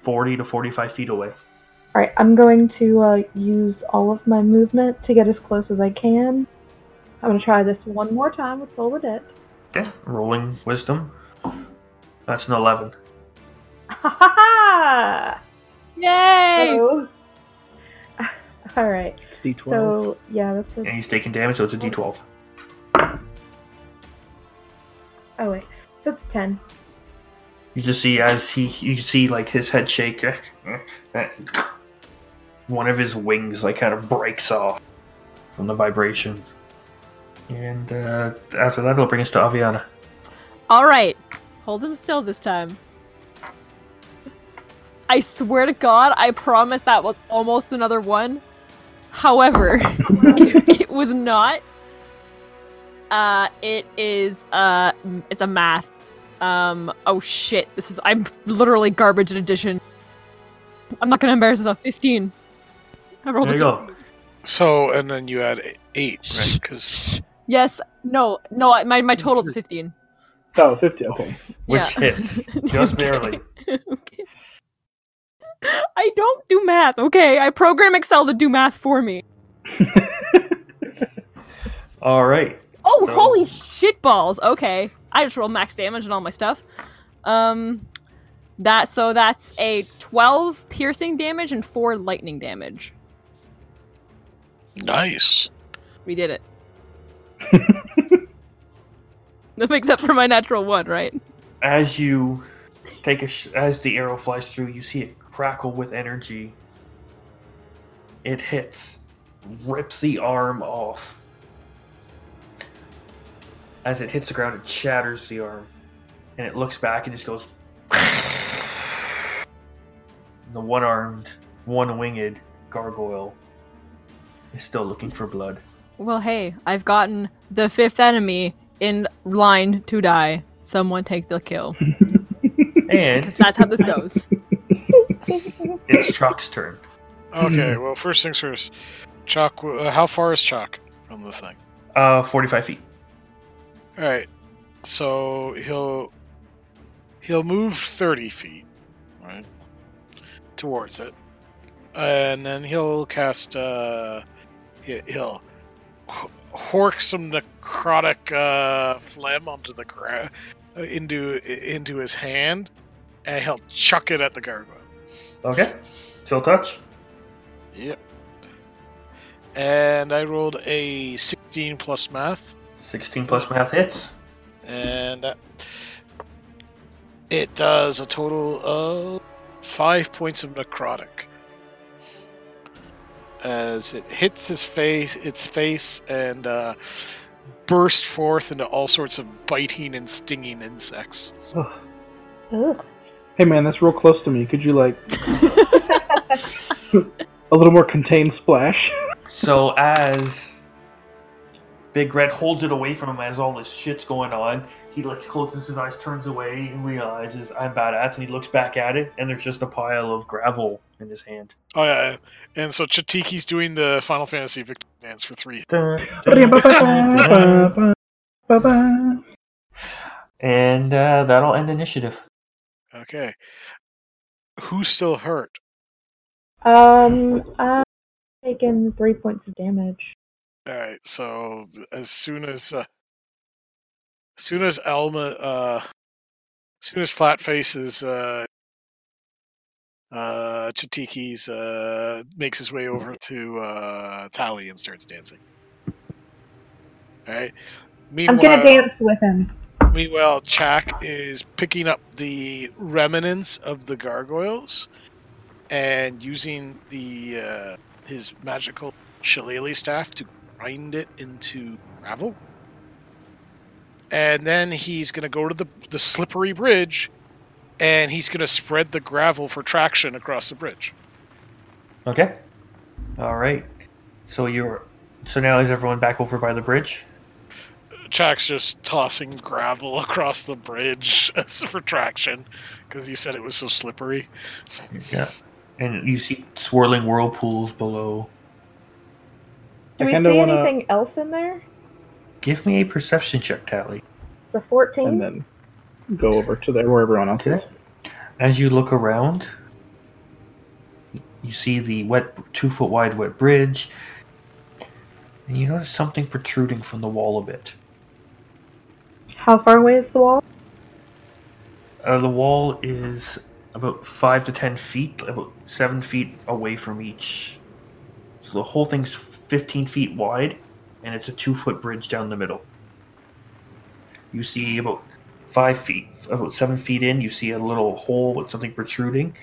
[SPEAKER 1] 40 to 45 feet away.
[SPEAKER 5] All right, I'm going to uh, use all of my movement to get as close as I can. I'm going to try this one more time with Soul of the Dead.
[SPEAKER 1] Okay, rolling wisdom. That's an 11.
[SPEAKER 5] Ha ha ha!
[SPEAKER 4] Yay!
[SPEAKER 5] So- All right.
[SPEAKER 3] D12.
[SPEAKER 5] So yeah, that's
[SPEAKER 1] And
[SPEAKER 5] a,
[SPEAKER 1] he's taking damage, so it's a d12.
[SPEAKER 5] oh wait, that's ten.
[SPEAKER 1] You just see as he, you see like his head shake. One of his wings like kind of breaks off from the vibration. And uh, after that, it'll bring us to Aviana.
[SPEAKER 4] All right. Hold them still this time. I swear to God, I promise that was almost another one. However, it was not. Uh, it is uh, m- it's a math. Um, oh shit, this is I'm literally garbage in addition. I'm not gonna embarrass myself. Fifteen. I rolled a
[SPEAKER 1] There you
[SPEAKER 4] 15.
[SPEAKER 1] go.
[SPEAKER 2] So, and then you add e- eight, right? Because
[SPEAKER 4] Yes. No. No. I- My my total is fifteen.
[SPEAKER 3] oh, 50. Okay.
[SPEAKER 1] Which
[SPEAKER 4] Yeah.
[SPEAKER 1] hits just
[SPEAKER 4] Okay.
[SPEAKER 1] barely.
[SPEAKER 4] okay. I don't do math, okay? I program Excel to do math for me.
[SPEAKER 1] All right.
[SPEAKER 4] Oh,
[SPEAKER 1] So-
[SPEAKER 4] holy shit balls. Okay. I just roll max damage and all my stuff. Um that so that's a 12 piercing damage and 4 lightning damage.
[SPEAKER 2] nice.
[SPEAKER 4] We did it. that makes up for my natural 1, right?
[SPEAKER 1] as you take a sh- as the arrow flies through, you see it crackle with energy. It hits, rips the arm off. As it hits the ground, it shatters the arm, and it looks back and just goes. the one-armed, one-winged gargoyle is still looking for blood.
[SPEAKER 4] Well, hey, I've gotten the fifth enemy in line to die. Someone take the kill.
[SPEAKER 1] And
[SPEAKER 4] Because that's how this goes.
[SPEAKER 1] it's Chuck's turn.
[SPEAKER 2] Okay. Well, first things first. Chalk. Uh, how far is Chalk from the thing?
[SPEAKER 1] Uh, forty-five feet.
[SPEAKER 2] All right. So he'll he'll move thirty feet, right, towards it, and then he'll cast. Uh, he- he'll h- hork some necrotic uh, phlegm onto the gra- uh, into into his hand, and he'll chuck it at the gargoyle.
[SPEAKER 1] Okay, still touch.
[SPEAKER 2] Yep. And I rolled a sixteen plus math.
[SPEAKER 1] 16 plus math hits.
[SPEAKER 2] and uh, it does a total of five points of necrotic as it hits his face its face and uh, burst forth into all sorts of biting and stinging insects
[SPEAKER 3] Ugh.
[SPEAKER 5] Ugh.
[SPEAKER 3] Hey, man, that's real close to me. Could you, like, a little more contained splash?
[SPEAKER 1] So as Big Red holds it away from him as all this shit's going on, he like closes his eyes, turns away, and realizes I'm badass, and he looks back at it, and there's just a pile of gravel in his hand.
[SPEAKER 2] oh yeah and so chatiki's doing the final fantasy victory dance for three
[SPEAKER 1] and
[SPEAKER 3] Ba-ba.
[SPEAKER 1] uh, that'll end initiative.
[SPEAKER 2] okay who's still hurt
[SPEAKER 5] Um, I've taken three points of damage.
[SPEAKER 2] All right. So th- as soon as, uh, as soon as Elma, uh, as soon as Flatface is, uh, uh, Chatiki's, uh, makes his way over to uh, Tally and starts dancing. All right.
[SPEAKER 5] I'm
[SPEAKER 2] Meanwhile,
[SPEAKER 5] gonna dance with him.
[SPEAKER 2] meanwhile, Chak is picking up the remnants of the gargoyles and using the uh, his magical shillelagh staff to grind it into gravel. And then he's going to go to the, the slippery bridge and he's going to spread the gravel for traction across the bridge.
[SPEAKER 1] Okay. All right. So you're. So now is everyone back over by the bridge?
[SPEAKER 2] Chuck's just tossing gravel across the bridge as for traction because you said it was so slippery.
[SPEAKER 1] Yeah. And you see swirling whirlpools below.
[SPEAKER 5] Do
[SPEAKER 3] I
[SPEAKER 5] we
[SPEAKER 3] kinda
[SPEAKER 5] see
[SPEAKER 3] wanna-
[SPEAKER 5] anything else in there?
[SPEAKER 1] Give me a perception check, Tally.
[SPEAKER 5] The 14?
[SPEAKER 3] and then go over to there where everyone else is.
[SPEAKER 1] Okay. As you look around, you see the wet, two foot wide wet bridge, and you notice something protruding from the wall a bit.
[SPEAKER 5] How far away is the wall?
[SPEAKER 1] Uh, the wall is about five to ten feet, about seven feet away from each. So the whole thing's 15 feet wide, and it's a two foot bridge down the middle. You see about five feet, about seven feet in, you see a little hole with something protruding,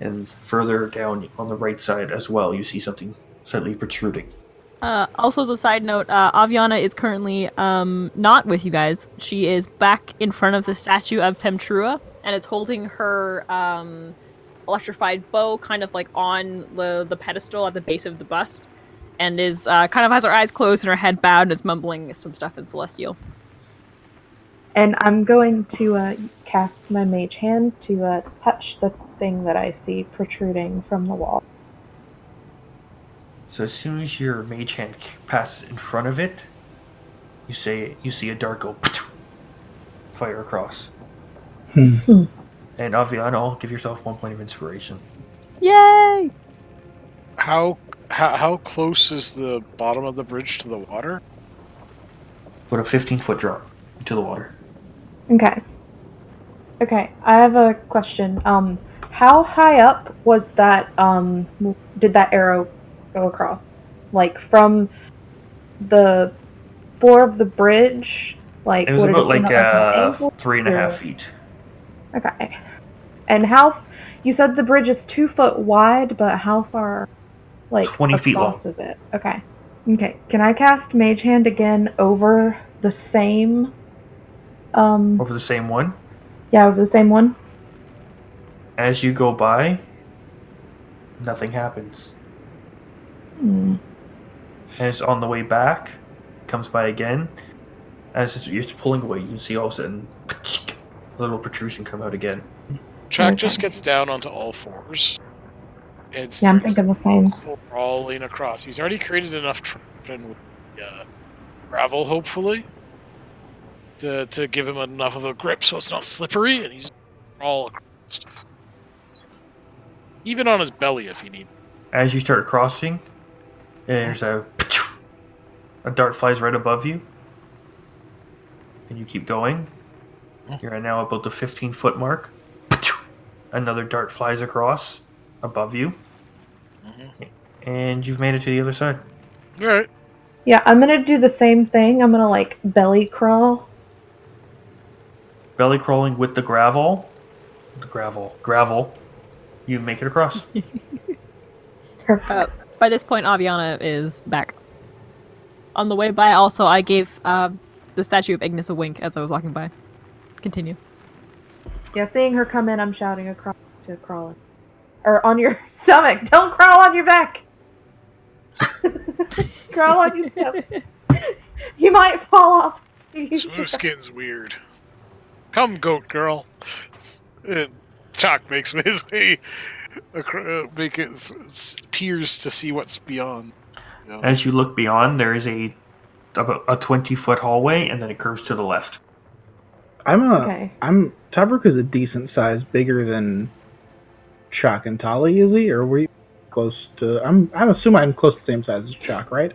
[SPEAKER 1] and further down on the right side as well, you see something slightly protruding.
[SPEAKER 4] Uh, also, as a side note, uh, Aviana is currently um, not with you guys. She is back in front of the statue of Pemtrua and is holding her um, electrified bow kind of like on the, the pedestal at the base of the bust and is uh, kind of has her eyes closed and her head bowed and is mumbling some stuff in Celestial.
[SPEAKER 5] And I'm going to uh, cast my mage hand to uh, touch the thing that I see protruding from the wall.
[SPEAKER 1] So as soon as your mage hand c- passes in front of it, you say you see a dark go fire across.
[SPEAKER 3] Hmm.
[SPEAKER 5] Hmm.
[SPEAKER 1] And Aviano, give yourself one point of inspiration.
[SPEAKER 4] Yay!
[SPEAKER 2] How, how how close is the bottom of the bridge to the water?
[SPEAKER 1] Put a 15 foot drop into the water.
[SPEAKER 5] Okay. Okay, I have a question. Um, how high up was that? Um, w- did that arrow go across? Like from the floor of the bridge? Like
[SPEAKER 1] It was
[SPEAKER 5] would
[SPEAKER 1] about
[SPEAKER 5] have
[SPEAKER 1] like
[SPEAKER 5] been at, an
[SPEAKER 1] uh,
[SPEAKER 5] angle?
[SPEAKER 1] three and a
[SPEAKER 5] or-
[SPEAKER 1] half feet.
[SPEAKER 5] Okay. And how? You said the bridge is two foot wide, but how far? Like
[SPEAKER 1] 20 feet
[SPEAKER 5] across Is it? Okay. Okay. Can I cast Mage Hand again over the same? Um.
[SPEAKER 1] Over the same one.
[SPEAKER 5] Yeah, over the same one.
[SPEAKER 1] As you go by, nothing happens.
[SPEAKER 5] Hmm.
[SPEAKER 1] As on the way back, comes by again. As it's, it's pulling away, you see all of a sudden a little protrusion come out again.
[SPEAKER 2] Chuck
[SPEAKER 5] Okay.
[SPEAKER 2] just gets down onto all fours. It's
[SPEAKER 5] Yeah, I'm thinking the same.
[SPEAKER 2] crawling across. He's already created enough traction with uh, gravel, hopefully, to, to give him enough of a grip so it's not slippery, and he's all across. Even on his belly, if he need.
[SPEAKER 1] as you start crossing, there's a a dart flies right above you, and you keep going. You're now about the 15 foot mark. Another dart flies across above you, and you've made it to the other side.
[SPEAKER 2] All right.
[SPEAKER 5] Yeah, I'm gonna do the same thing. I'm gonna like belly crawl.
[SPEAKER 1] Belly crawling with the gravel, the gravel, gravel. You make it across.
[SPEAKER 5] Perfect.
[SPEAKER 4] Uh, by this point, Aviana is back. On the way by, also, I gave uh, the statue of Ignis a wink as I was walking by. Continue.
[SPEAKER 5] yeah, seeing her come in, I'm shouting across to crawl, in. or on your stomach. Don't crawl on your back. crawl on your stomach. you might fall off.
[SPEAKER 2] Smooth skin's weird. Come, goat girl. And Chuck makes his way, acro- uh, make it th- s- peers to see what's beyond. you know.
[SPEAKER 1] As you look beyond, there is a about a 20 foot hallway, and then it curves to the left.
[SPEAKER 3] I'm a
[SPEAKER 5] Okay.
[SPEAKER 3] am Tabruk is a decent size, bigger than Chalk and Tali, is he? Or were you close to? I'm I assume I'm close to the same size as Chalk, right?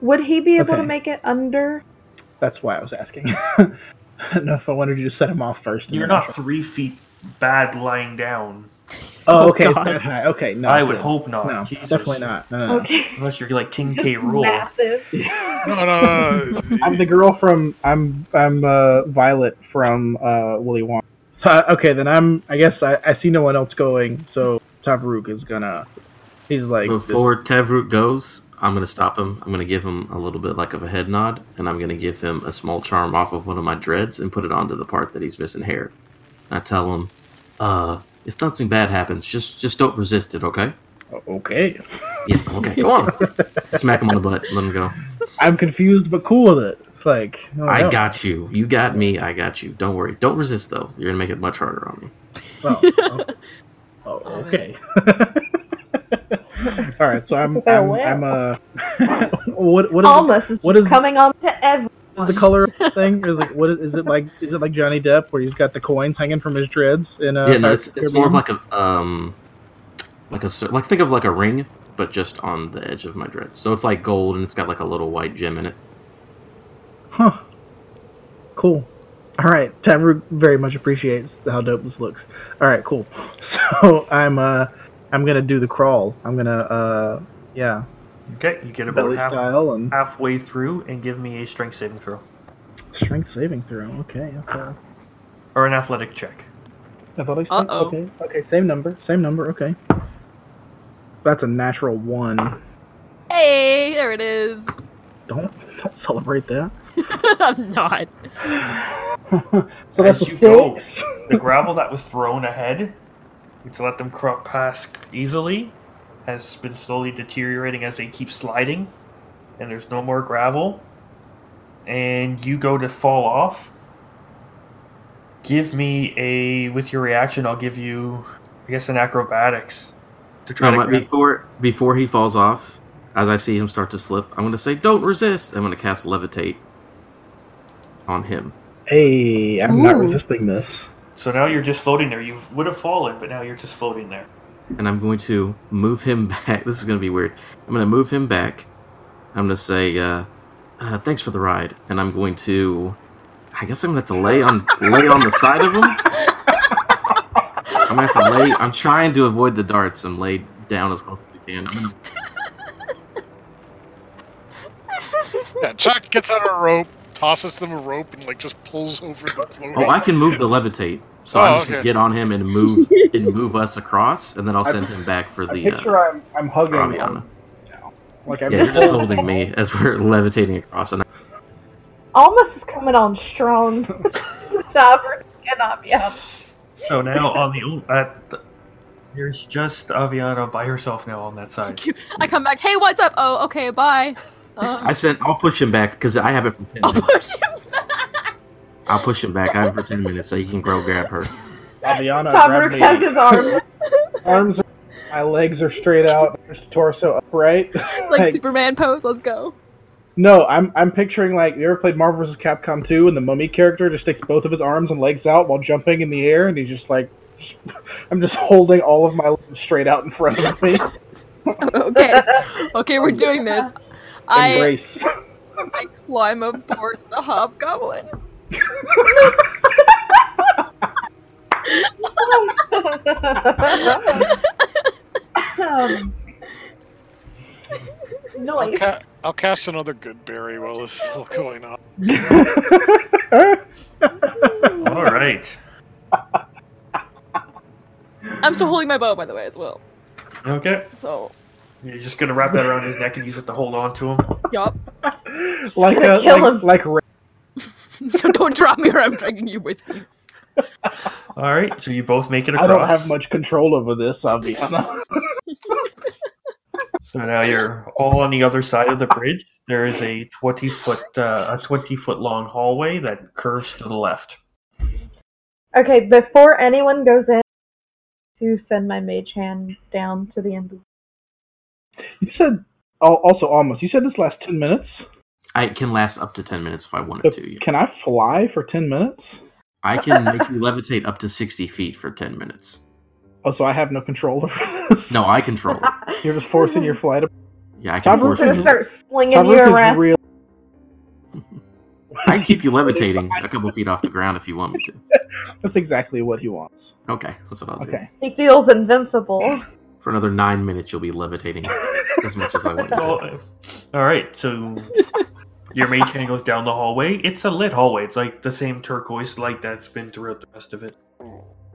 [SPEAKER 5] Would he be able to
[SPEAKER 3] Okay.
[SPEAKER 5] make it under?
[SPEAKER 3] That's why I was asking. I don't know if I wanted you to set him off first. and
[SPEAKER 1] You're
[SPEAKER 3] then-
[SPEAKER 1] not three feet bad lying down.
[SPEAKER 3] Oh,
[SPEAKER 4] Oh,
[SPEAKER 3] okay. it's
[SPEAKER 4] God.
[SPEAKER 3] that high. Okay, no.
[SPEAKER 1] I would
[SPEAKER 3] good.
[SPEAKER 1] hope not.
[SPEAKER 3] No,
[SPEAKER 1] Jesus.
[SPEAKER 3] definitely not. No, no, no.
[SPEAKER 5] Okay.
[SPEAKER 1] Unless you're like King K. Rule.
[SPEAKER 5] Massive.
[SPEAKER 2] no, no, no. no.
[SPEAKER 3] I'm the girl from I'm I'm uh, Violet from uh, Willy Wonka. So I- okay, then I'm I guess I, I see no one else going, so Tabruk is gonna he's like
[SPEAKER 6] Before Tevroot goes, I'm going to stop him. I'm going to give him a little bit like of a head nod, and I'm going to give him a small charm off of one of my dreads and put it onto the part that he's missing hair. I tell him, uh, if something bad happens, just just don't resist it, okay?
[SPEAKER 3] "Oh, okay.
[SPEAKER 6] Yeah, okay, go on. Smack him on the butt, let him go.
[SPEAKER 3] I'm confused but cool with it. It's like oh,
[SPEAKER 6] I
[SPEAKER 3] no.
[SPEAKER 6] got you. You got me. I got you. Don't worry. Don't resist though. You're gonna make it much harder on me.
[SPEAKER 3] Well, oh, oh,
[SPEAKER 4] Oh,
[SPEAKER 3] okay. All right, so I'm
[SPEAKER 5] They're
[SPEAKER 3] I'm,
[SPEAKER 5] well.
[SPEAKER 3] I'm uh what what is
[SPEAKER 5] Almost is
[SPEAKER 3] what is-
[SPEAKER 5] coming on to every.
[SPEAKER 3] the color of the thing? Is it what is, is it like? Is it like Johnny Depp where he's got the coins hanging from his dreads? And uh,
[SPEAKER 6] yeah, no, it's, it's more of like a um, like a cir- like think of like a ring, but just on the edge of my dreads. So it's like gold, and it's got like a little white gem in it.
[SPEAKER 3] huh? Cool. All right, Tamru very much appreciates how dope this looks. All right, cool. So I'm uh I'm gonna do the crawl. I'm gonna uh yeah
[SPEAKER 1] Okay, you get about
[SPEAKER 3] belly
[SPEAKER 1] half,
[SPEAKER 3] style and
[SPEAKER 1] halfway through and give me a strength saving throw
[SPEAKER 3] strength saving throw. Okay, okay.
[SPEAKER 1] or an athletic check.
[SPEAKER 3] Athletic strength?
[SPEAKER 4] Uh-oh.
[SPEAKER 3] Okay, okay, same number, same number. Okay. That's a natural one.
[SPEAKER 4] Hey, there it is.
[SPEAKER 3] Don't don't celebrate that.
[SPEAKER 4] I'm not.
[SPEAKER 3] so that's
[SPEAKER 1] As
[SPEAKER 3] a
[SPEAKER 1] you
[SPEAKER 3] six.
[SPEAKER 1] go, the gravel that was thrown ahead, to let them crop past easily, has been slowly deteriorating as they keep sliding, and there's no more gravel. And you go to fall off. Give me a with your reaction. I'll give you, I guess, an acrobatics to try
[SPEAKER 6] Um,
[SPEAKER 1] to.
[SPEAKER 6] uh,
[SPEAKER 1] grab-
[SPEAKER 6] before before he falls off, as I see him start to slip, I'm gonna say, "Don't resist." I'm gonna cast levitate on him.
[SPEAKER 3] Hey, I'm not
[SPEAKER 4] Ooh.
[SPEAKER 3] resisting this.
[SPEAKER 1] So now you're just floating there. You would have fallen, but now you're just floating there.
[SPEAKER 6] and I'm going to move him back. This is going to be weird. I'm going to move him back. I'm going to say, uh, uh, "Thanks for the ride," and I'm going to. I guess I'm going to have to lay on lay on the side of him. I'm going to have to lay. I'm trying to avoid the darts and lay down as close as I can. I'm gonna,
[SPEAKER 2] Yeah, Chuck gets out a rope, tosses them a rope, and like just pulls over the floating.
[SPEAKER 6] oh, I can move the levitate, so
[SPEAKER 2] Oh,
[SPEAKER 6] I'm just going
[SPEAKER 2] okay.
[SPEAKER 6] to get on him and move and move us across, and then I'll
[SPEAKER 3] I-
[SPEAKER 6] send him back for
[SPEAKER 3] I
[SPEAKER 6] the. Uh,
[SPEAKER 3] picture I'm I'm hugging
[SPEAKER 6] Ramiana.
[SPEAKER 3] him. Like I'm
[SPEAKER 6] Yeah, you're just holding me as we're levitating across, and
[SPEAKER 5] Almost is coming on strong. Stubborn cannot be out.
[SPEAKER 1] So now on the old, at the, there's just Aviana by herself now on that side.
[SPEAKER 4] I come back. Hey, what's up? Oh, okay, bye. Uh,
[SPEAKER 6] I sent. I'll push him back because I have it from ten.
[SPEAKER 4] I'll push him.
[SPEAKER 6] I'll push him back. I have for ten minutes, so you can go grab her.
[SPEAKER 3] Aviana grabbed
[SPEAKER 5] Stubborn has
[SPEAKER 3] me.
[SPEAKER 5] his arm.
[SPEAKER 3] Arms, are- my legs are straight out. There's torso upright.
[SPEAKER 4] like Superman pose. Let's go.
[SPEAKER 3] no, I'm I'm picturing like you ever played Marvel vs. Capcom 2 and the mummy character just sticks both of his arms and legs out while jumping in the air and he's just like, I'm just holding all of my legs straight out in front of me.
[SPEAKER 4] Okay, okay, we're doing this. I
[SPEAKER 3] Embrace.
[SPEAKER 4] I climb aboard the hobgoblin.
[SPEAKER 5] Um,
[SPEAKER 2] I'll,
[SPEAKER 5] Noise.
[SPEAKER 2] ca- I'll cast another good berry while this is still going on.
[SPEAKER 1] All right.
[SPEAKER 4] I'm still holding my bow, by the way, as well.
[SPEAKER 1] Okay.
[SPEAKER 4] So,
[SPEAKER 1] You're just gonna wrap that around his neck and use it to hold on to him.
[SPEAKER 4] yup.
[SPEAKER 3] like a,
[SPEAKER 5] Kill him.
[SPEAKER 3] like, like Ra-
[SPEAKER 4] Don't, don't drop me, or I'm dragging you with me.
[SPEAKER 1] All right. So you both make it
[SPEAKER 3] I
[SPEAKER 1] across.
[SPEAKER 3] don't have much control over this, Aviana.
[SPEAKER 1] So now you're all on the other side of the bridge. There is a twenty foot, uh, a twenty foot long hallway that curves to the left.
[SPEAKER 5] Okay, before anyone goes in, to send my mage hand down to the end. of
[SPEAKER 3] You said oh, also almost. You said this lasts ten minutes.
[SPEAKER 6] I it can last up to ten minutes if I wanted
[SPEAKER 3] So
[SPEAKER 6] to. Yeah.
[SPEAKER 3] can I fly for ten minutes?
[SPEAKER 6] I can make you levitate up to sixty feet for ten minutes.
[SPEAKER 3] Oh, so I have no control over this.
[SPEAKER 6] No, I control it.
[SPEAKER 3] You're just forcing
[SPEAKER 5] Mm-hmm.
[SPEAKER 3] your flight.
[SPEAKER 6] Yeah, I can
[SPEAKER 3] Tavruk
[SPEAKER 6] force
[SPEAKER 5] I'm
[SPEAKER 6] you.
[SPEAKER 5] gonna
[SPEAKER 6] To,
[SPEAKER 5] start slinging you
[SPEAKER 3] Tavruk is
[SPEAKER 5] around.
[SPEAKER 3] real.
[SPEAKER 6] I can keep you levitating a couple feet off the ground if you want me to.
[SPEAKER 3] That's exactly what he wants.
[SPEAKER 6] Okay, that's what I'll do.
[SPEAKER 3] Okay.
[SPEAKER 5] He feels invincible.
[SPEAKER 6] For another nine minutes, you'll be levitating as much as I want you
[SPEAKER 1] Well,
[SPEAKER 6] to.
[SPEAKER 1] uh, all right. So your mage hand goes down the hallway. It's a lit hallway. It's like the same turquoise light that's been throughout the rest of it.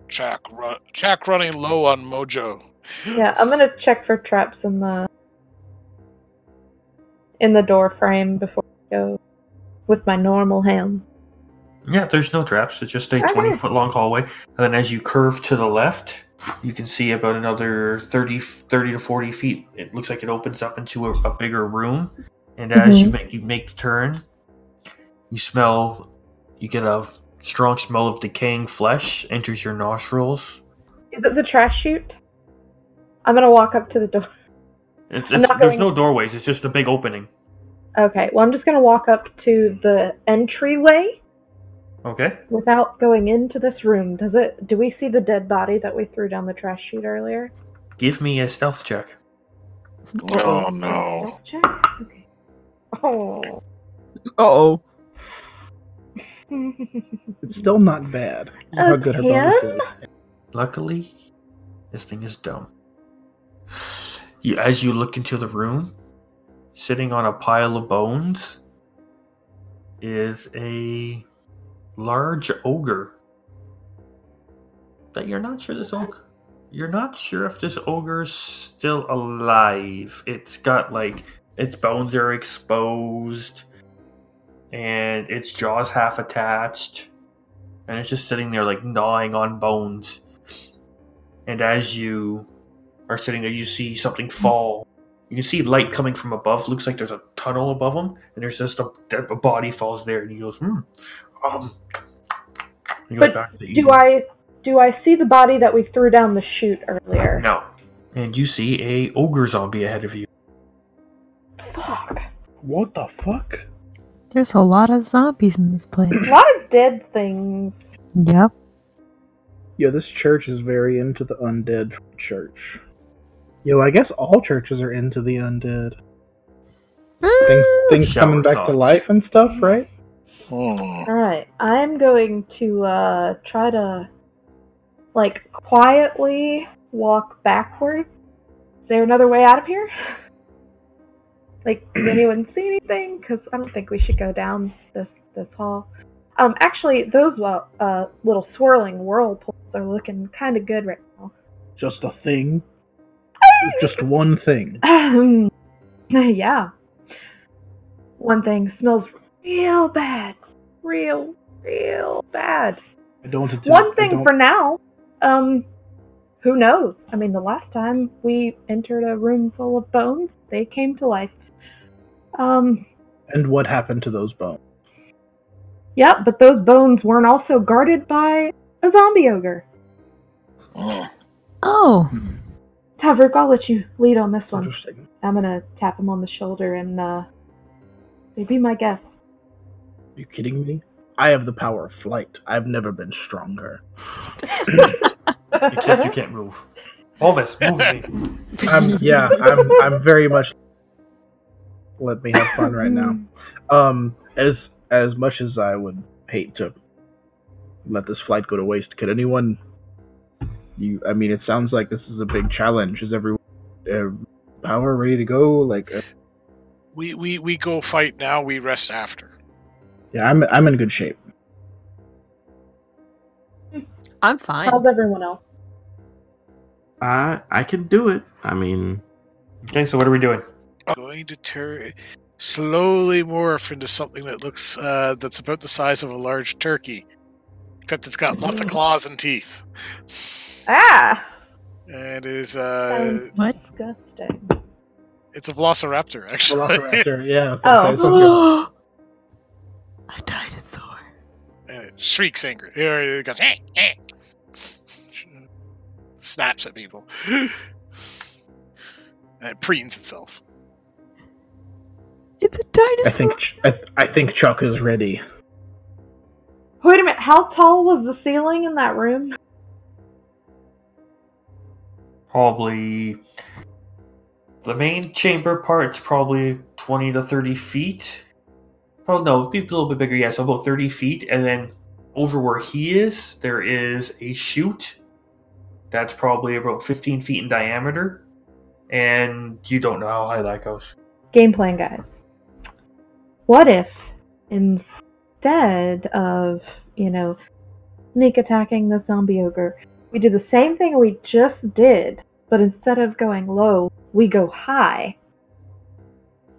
[SPEAKER 2] Jack, run- Jack running low on mojo.
[SPEAKER 5] Yeah, I'm gonna check for traps in the in the door frame before I go with my normal hand.
[SPEAKER 1] Yeah, there's no traps. It's just a
[SPEAKER 5] Okay.
[SPEAKER 1] 20 foot long hallway. And then as you curve to the left, you can see about another 30, 30 to 40 feet. It looks
[SPEAKER 5] Mm-hmm.
[SPEAKER 1] like it opens up into a, a bigger room. And as you make you make the turn, You smell, you get a strong smell of decaying flesh enters your nostrils.
[SPEAKER 5] Is it the trash chute? I'm gonna walk up to the door.
[SPEAKER 1] It's,
[SPEAKER 5] I'm
[SPEAKER 1] it's,
[SPEAKER 5] not
[SPEAKER 1] there's
[SPEAKER 5] going-
[SPEAKER 1] no doorways, it's just a big opening.
[SPEAKER 5] Okay, well, I'm just gonna walk up to the entryway
[SPEAKER 1] Okay.
[SPEAKER 5] without going into this room. Does it? Do we see the dead body that we threw down the trash chute earlier?
[SPEAKER 1] Give me a stealth check.
[SPEAKER 2] Oh no.
[SPEAKER 5] Check. Okay. Oh.
[SPEAKER 4] oh.
[SPEAKER 3] It's still not bad. How good her
[SPEAKER 5] Again?
[SPEAKER 3] bonus is.
[SPEAKER 1] Luckily, this thing is dumb. You, as you look into the room, sitting on a pile of bones is a large ogre. That you're not sure this ogre. You're not sure if this ogre's still alive. It's got like its bones are exposed, and its jaws half attached, and it's just sitting there like gnawing on bones. And as you are sitting there, you see something fall. You can see light coming from above. Looks like there's a tunnel above him, and there's just a, a body falls there, and he goes, hmm. Um, he goes
[SPEAKER 5] But
[SPEAKER 1] back to the
[SPEAKER 5] Do I do I see the body that we threw down the chute earlier?
[SPEAKER 1] No. And you see a ogre zombie ahead of you.
[SPEAKER 5] Fuck.
[SPEAKER 3] What the fuck?
[SPEAKER 7] There's a lot of zombies in this place.
[SPEAKER 5] A lot of dead things.
[SPEAKER 7] yep.
[SPEAKER 3] Yo, this church is very into the undead church. Yo, I guess all churches are into the undead. Things, things
[SPEAKER 1] Shower
[SPEAKER 3] coming back to
[SPEAKER 1] thoughts.
[SPEAKER 3] life and stuff, right?
[SPEAKER 6] Oh.
[SPEAKER 2] Hmm.
[SPEAKER 5] All right, I'm going to uh, try to like quietly walk backwards. Is there another way out of here? Like, did anyone see anything? Because I don't think we should go down this this hall. Um, actually, those wo- uh, little swirling whirlpools are looking kind of good right now.
[SPEAKER 3] Just a thing. Just one thing.
[SPEAKER 5] Ahem. yeah. One thing smells real bad, real, real bad.
[SPEAKER 3] I don't attempt,
[SPEAKER 5] One
[SPEAKER 3] I
[SPEAKER 5] thing
[SPEAKER 3] don't-
[SPEAKER 5] for now. Um, who knows? I mean, the last time we entered a room full of bones, they came to life. Um,
[SPEAKER 3] and what happened to those bones?
[SPEAKER 5] yeah, but those bones weren't also guarded by a zombie ogre.
[SPEAKER 2] Hmm.
[SPEAKER 7] Oh,
[SPEAKER 5] Tavrik, I'll let you lead on this one.
[SPEAKER 3] Interesting.
[SPEAKER 5] I'm gonna tap him on the shoulder and uh, say, be my guest.
[SPEAKER 3] Are you kidding me? I have the power of flight. I've never been stronger.
[SPEAKER 1] Except you can't move. Almost move me.
[SPEAKER 3] I'm yeah, I'm I'm very much let me have fun right now. Um as as much as I would hate to let this flight go to waste, could anyone you I mean it sounds like this is a big challenge. Is everyone uh, power ready to go? Like uh,
[SPEAKER 2] We, we we go fight now. We rest after.
[SPEAKER 3] yeah, I'm I'm in good shape.
[SPEAKER 4] I'm fine.
[SPEAKER 5] How's everyone else?
[SPEAKER 6] I I can do it. I mean,
[SPEAKER 1] Okay, so what are we doing?
[SPEAKER 2] Going to tur- slowly morph into something that looks uh, that's about the size of a large turkey, except it's got lots of claws and teeth,
[SPEAKER 5] Ah,
[SPEAKER 2] and is
[SPEAKER 5] Sounds
[SPEAKER 2] uh,
[SPEAKER 7] what?
[SPEAKER 5] disgusting.
[SPEAKER 2] it's a velociraptor actually.
[SPEAKER 3] Velociraptor, yeah.
[SPEAKER 5] Oh.
[SPEAKER 7] A dinosaur.
[SPEAKER 2] and it shrieks angry. It goes, eh, eh. snaps at people, and it preens itself.
[SPEAKER 7] It's a
[SPEAKER 3] I
[SPEAKER 7] dinosaur.
[SPEAKER 3] think I, I think Chuck is ready.
[SPEAKER 5] Wait a minute, how tall was the ceiling in that room?
[SPEAKER 1] Probably. The main chamber part's probably 20 to 30 feet. Well, no, it'd be a little bit bigger, yeah, so about 30 feet. And then over where he is, there is a chute that's probably about 15 feet in diameter. And you don't know how high that goes.
[SPEAKER 5] Game plan, guys. What if instead of, you know, sneak attacking the zombie ogre, we do the same thing we just did, but instead of going low, we go high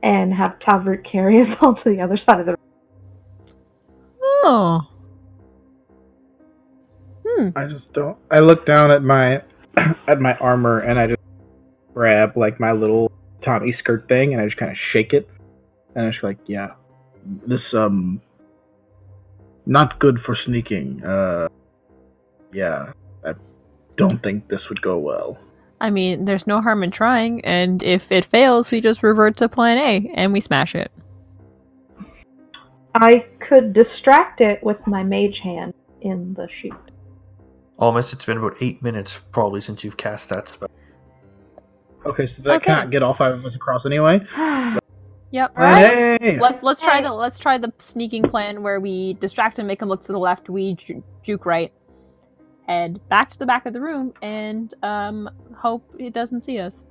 [SPEAKER 5] and have Tavroot carry us all to the other side of the room?
[SPEAKER 7] oh. Hmm.
[SPEAKER 3] I just don't. I look down at my at my armor and I just grab like my little Tommy skirt thing and I just kind of shake it and I'm just like, yeah, this um not good for sneaking. Uh, yeah, I don't think this would go well.
[SPEAKER 4] I mean, there's no harm in trying, and if it fails, we just revert to plan A and we smash it.
[SPEAKER 5] I could distract it with my mage hand in the sheet.
[SPEAKER 1] Almost, it's been about eight minutes probably since you've cast that spell.
[SPEAKER 3] Okay, so that
[SPEAKER 4] Okay.
[SPEAKER 3] can't get all five of us across anyway.
[SPEAKER 4] Yep.
[SPEAKER 3] Hey!
[SPEAKER 4] Let's let's try
[SPEAKER 5] Right.
[SPEAKER 4] the let's try the sneaking plan where we distract him, make him look to the left, we ju- juke right, head back to the back of the room, and um, hope it doesn't see us.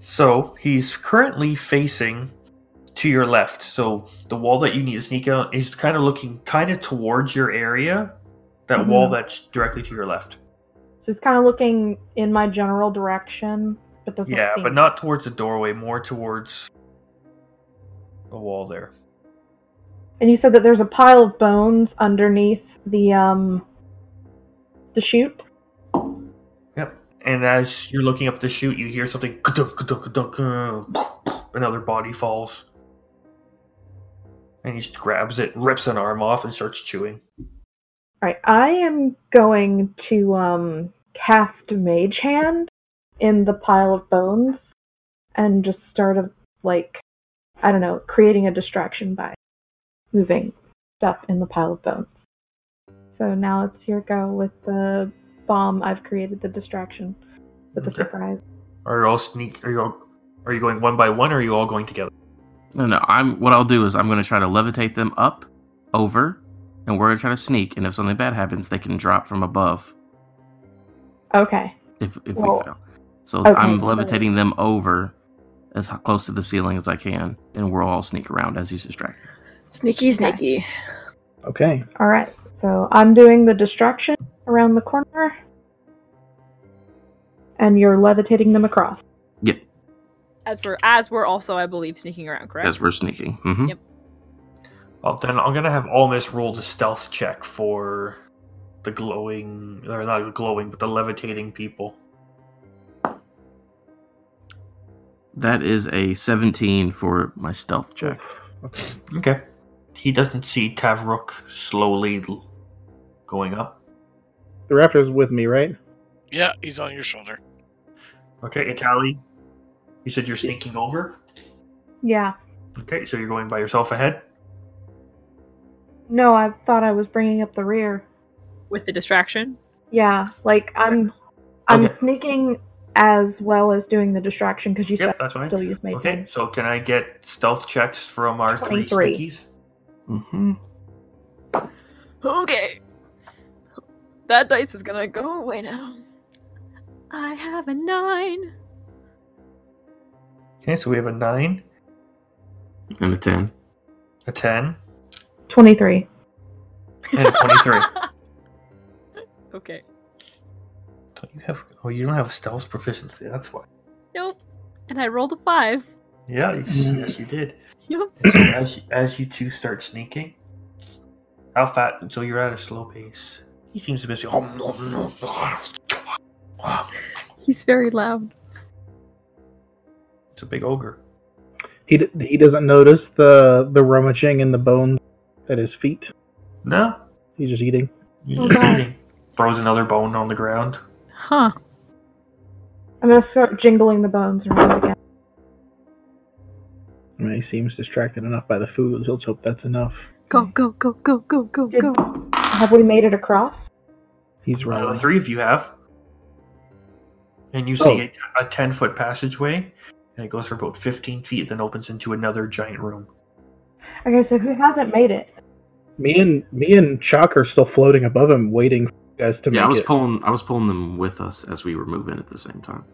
[SPEAKER 1] So he's currently facing to your left. So the wall that you need to sneak out is kind of looking kind of towards your area. That
[SPEAKER 5] Mhm.
[SPEAKER 1] wall that's directly to your left.
[SPEAKER 5] So it's kind of looking in my general direction, but doesn't
[SPEAKER 1] Yeah,
[SPEAKER 5] see
[SPEAKER 1] but
[SPEAKER 5] me.
[SPEAKER 1] not towards the doorway, more towards the wall there.
[SPEAKER 5] And you said that there's a pile of bones underneath the um the chute.
[SPEAKER 1] And as you're looking up the chute, you hear something. ka-dunk, ka-dunk, ka-dunk, ka-dunk. Another body falls. And he just grabs it, rips an arm off, and starts chewing.
[SPEAKER 5] All right, I am going to um cast mage hand in the pile of bones and just start a like I don't know, creating a distraction by moving stuff in the pile of bones. So now it's your go with the bomb. I've created the distraction with the
[SPEAKER 1] Okay.
[SPEAKER 5] surprise.
[SPEAKER 1] Are you all sneak? Are you all? Are you going one by one, or are you all going together?
[SPEAKER 6] No, no. I'm what I'll do is I'm going to try to levitate them up, over, and we're going to try to sneak. And if something bad happens, they can drop from above
[SPEAKER 5] Okay.
[SPEAKER 6] if if
[SPEAKER 5] Well,
[SPEAKER 6] we fail. So
[SPEAKER 5] okay,
[SPEAKER 6] I'm
[SPEAKER 5] so-
[SPEAKER 6] levitating them over as h- close to the ceiling as I can, and we'll all sneak around as he's distracted.
[SPEAKER 8] Sneaky, sneaky.
[SPEAKER 3] Okay.
[SPEAKER 5] All right. So I'm doing the distraction around the corner, and you're levitating them across.
[SPEAKER 4] As we're as we're also, I believe, sneaking around, correct?
[SPEAKER 6] As we're sneaking. hmm
[SPEAKER 4] Yep.
[SPEAKER 1] Well, then I'm gonna have Almis roll the stealth check for the glowing, or not the glowing, but the levitating people.
[SPEAKER 6] That is a 17 for my stealth check.
[SPEAKER 1] Okay. He doesn't see Tavrook slowly l- going up.
[SPEAKER 3] The raptor's with me, right?
[SPEAKER 2] Yeah, he's on your shoulder.
[SPEAKER 1] Okay, Itali, you said you're sneaking over.
[SPEAKER 5] Yeah.
[SPEAKER 1] Okay, so you're going by yourself ahead.
[SPEAKER 5] No, I thought I was bringing up the rear.
[SPEAKER 4] With the distraction.
[SPEAKER 5] Yeah. Like I'm, I'm
[SPEAKER 1] Okay.
[SPEAKER 5] sneaking as well as doing the distraction because you
[SPEAKER 1] Yep,
[SPEAKER 5] said
[SPEAKER 1] that's
[SPEAKER 5] I
[SPEAKER 1] fine.
[SPEAKER 5] still use my
[SPEAKER 1] Okay, so can I get stealth checks from our three
[SPEAKER 5] 23.
[SPEAKER 1] sneakies?
[SPEAKER 6] Mm-hmm.
[SPEAKER 8] Okay.
[SPEAKER 4] That dice is gonna go away now. I have a nine.
[SPEAKER 1] Okay, so we have a nine,
[SPEAKER 6] And a 10.
[SPEAKER 1] a ten,
[SPEAKER 5] twenty-three.
[SPEAKER 1] and a twenty-three.
[SPEAKER 4] Okay.
[SPEAKER 1] don't you have? Oh, you don't have stealth proficiency. That's why.
[SPEAKER 4] Nope. And I rolled a five.
[SPEAKER 1] Yeah, yes, yes, you did.
[SPEAKER 4] Yep.
[SPEAKER 1] And so as you, as you two start sneaking, how fat? So you're at a slow pace. He seems to be. It's
[SPEAKER 4] He's very loud.
[SPEAKER 1] a big ogre.
[SPEAKER 3] He d- he doesn't notice the the rummaging in the bones at his feet.
[SPEAKER 1] No,
[SPEAKER 3] He's just eating.
[SPEAKER 1] he's
[SPEAKER 5] Oh,
[SPEAKER 1] just
[SPEAKER 5] God.
[SPEAKER 1] eating. Throws another bone on the ground.
[SPEAKER 4] Huh.
[SPEAKER 5] I'm gonna start jingling the bones around again.
[SPEAKER 3] I mean, he seems distracted enough by the food. Let's hope that's enough.
[SPEAKER 7] Go, go, go, go, go, go,
[SPEAKER 5] Did-
[SPEAKER 7] go.
[SPEAKER 5] Have we made it across?
[SPEAKER 3] He's
[SPEAKER 1] Uh,
[SPEAKER 3] running.
[SPEAKER 1] the three of you have. And you see a, a 10 foot passageway, and it goes for about 15 feet, then opens into another giant room.
[SPEAKER 5] Okay, so who hasn't made it?
[SPEAKER 3] Me and me and Chalk are still floating above him, waiting for you guys to
[SPEAKER 6] Yeah, I
[SPEAKER 3] make
[SPEAKER 6] was
[SPEAKER 3] it.
[SPEAKER 6] pulling I was pulling them with us as we were moving at the same time.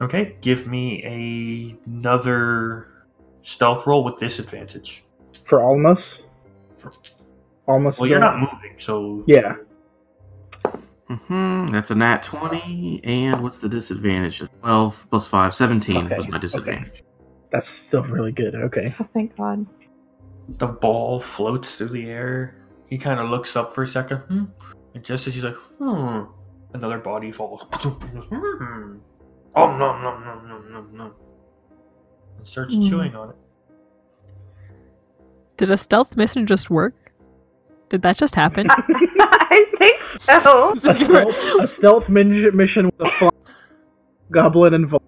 [SPEAKER 1] Okay, give me a, another stealth roll with disadvantage.
[SPEAKER 3] for Almas. Almost.
[SPEAKER 1] Well, you're not moving, so
[SPEAKER 3] Yeah.
[SPEAKER 6] hmm That's a nat 20, and what's the disadvantage? 12 plus 5, 17
[SPEAKER 3] Okay,
[SPEAKER 6] was my
[SPEAKER 3] okay.
[SPEAKER 6] disadvantage.
[SPEAKER 3] That's still really good. Okay.
[SPEAKER 5] Oh, thank God.
[SPEAKER 1] the ball floats through the air. He kind of looks up for a second, hmm. and just as he's like, hmm, another body falls. He goes, hmm. Oh, no, no, no, no, no, no. And starts
[SPEAKER 5] Hmm.
[SPEAKER 1] chewing on it.
[SPEAKER 4] Did a stealth mission just work? Did that just happen?
[SPEAKER 5] I think so.
[SPEAKER 3] A stealth, a stealth min- mission with a fly, goblin and vol-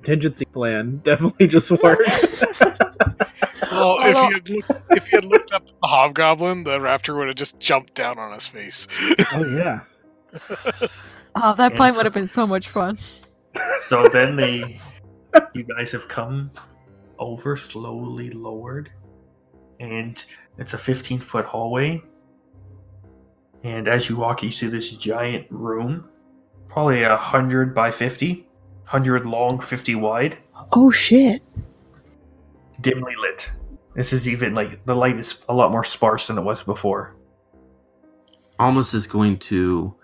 [SPEAKER 3] contingency plan definitely just
[SPEAKER 1] Oh,
[SPEAKER 3] worked.
[SPEAKER 2] Well, if
[SPEAKER 4] Although-
[SPEAKER 2] you had looked, if you had looked up at the hobgoblin, the raptor would have just jumped down on his face.
[SPEAKER 3] oh yeah.
[SPEAKER 4] oh, that
[SPEAKER 1] Yeah.
[SPEAKER 4] plan would have been so much fun.
[SPEAKER 1] So then they, you guys have come over slowly lowered, and it's a 15 foot hallway. And as you walk, you see this giant room, probably a hundred by 50, 100 long, 50 wide,
[SPEAKER 7] Oh shit.
[SPEAKER 1] dimly lit. This is even like the light is a lot more sparse than it was before.
[SPEAKER 6] Almost is going to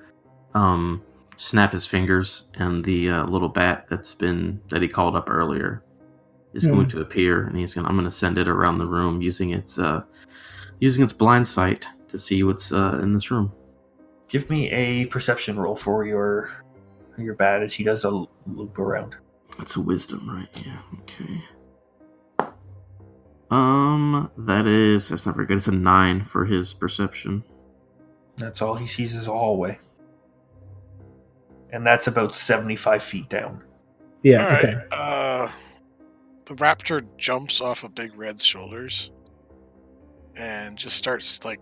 [SPEAKER 6] um, snap his fingers, and the uh, little bat that's been that he called up earlier is
[SPEAKER 3] Hmm.
[SPEAKER 6] going to appear, and he's going. to I'm going to send it around the room using its uh, using its blind sight to see what's uh, in this room.
[SPEAKER 1] Give me a perception roll for your your bat as he does a l- loop around.
[SPEAKER 6] That's a wisdom, right? Yeah. Okay. Um, that is that's not very good. It's a nine for his perception.
[SPEAKER 1] That's all he sees is a hallway. And that's about 75 feet down.
[SPEAKER 2] All
[SPEAKER 3] Yeah.
[SPEAKER 2] right.
[SPEAKER 3] Okay.
[SPEAKER 2] Uh, the raptor jumps off of Big Red's shoulders and just starts like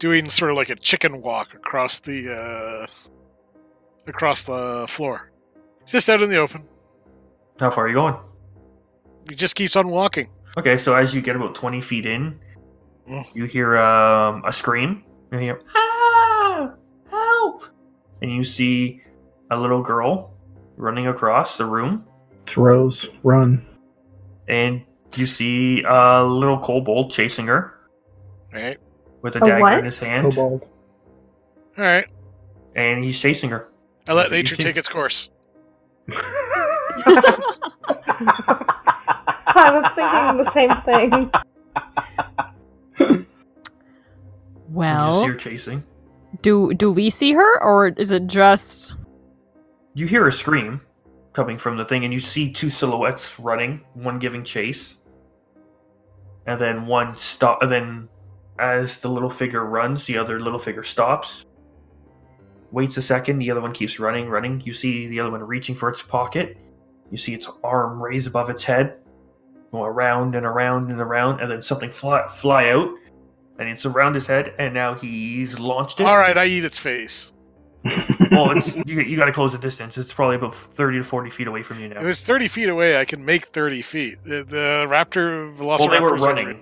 [SPEAKER 2] doing sort of like a chicken walk across the uh, across the floor. Just out in the open.
[SPEAKER 1] How far are you going?
[SPEAKER 2] He just keeps on walking.
[SPEAKER 1] Okay, so as you get about 20 feet in,
[SPEAKER 2] Mm.
[SPEAKER 1] you hear um, a scream. You hear, ah, help! And you see a little girl running across the room,
[SPEAKER 3] Throws. Run.
[SPEAKER 1] and you see a little kobold chasing her
[SPEAKER 2] Right.
[SPEAKER 1] with a,
[SPEAKER 5] A
[SPEAKER 1] dagger
[SPEAKER 5] what?
[SPEAKER 1] in his hand,
[SPEAKER 3] Kobold.
[SPEAKER 2] All right.
[SPEAKER 1] and he's chasing her.
[SPEAKER 2] I
[SPEAKER 1] That's
[SPEAKER 2] let
[SPEAKER 1] what you
[SPEAKER 2] nature
[SPEAKER 1] see.
[SPEAKER 2] take its course.
[SPEAKER 5] I was thinking the same thing.
[SPEAKER 1] You just see her
[SPEAKER 4] Well,
[SPEAKER 1] chasing.
[SPEAKER 4] do do we see her, or is it just?
[SPEAKER 1] You hear a scream coming from the thing, and you see two silhouettes running, one giving chase, and then one stop. And then, as the little figure runs, the other little figure stops, waits a second. The other one keeps running, running. You see the other one reaching for its pocket. You see its arm raised above its head, go around and around and around, and then something fly fly out, and it's around his head, and now he's launched it.
[SPEAKER 2] All right. I eat its face.
[SPEAKER 1] Well, it's, you, you got to close the distance. It's probably about 30 to 40 feet away from you now.
[SPEAKER 2] It was 30 feet away. I can make 30 feet. The, the raptor velociraptors
[SPEAKER 1] well, they were
[SPEAKER 2] are
[SPEAKER 1] running.
[SPEAKER 2] re-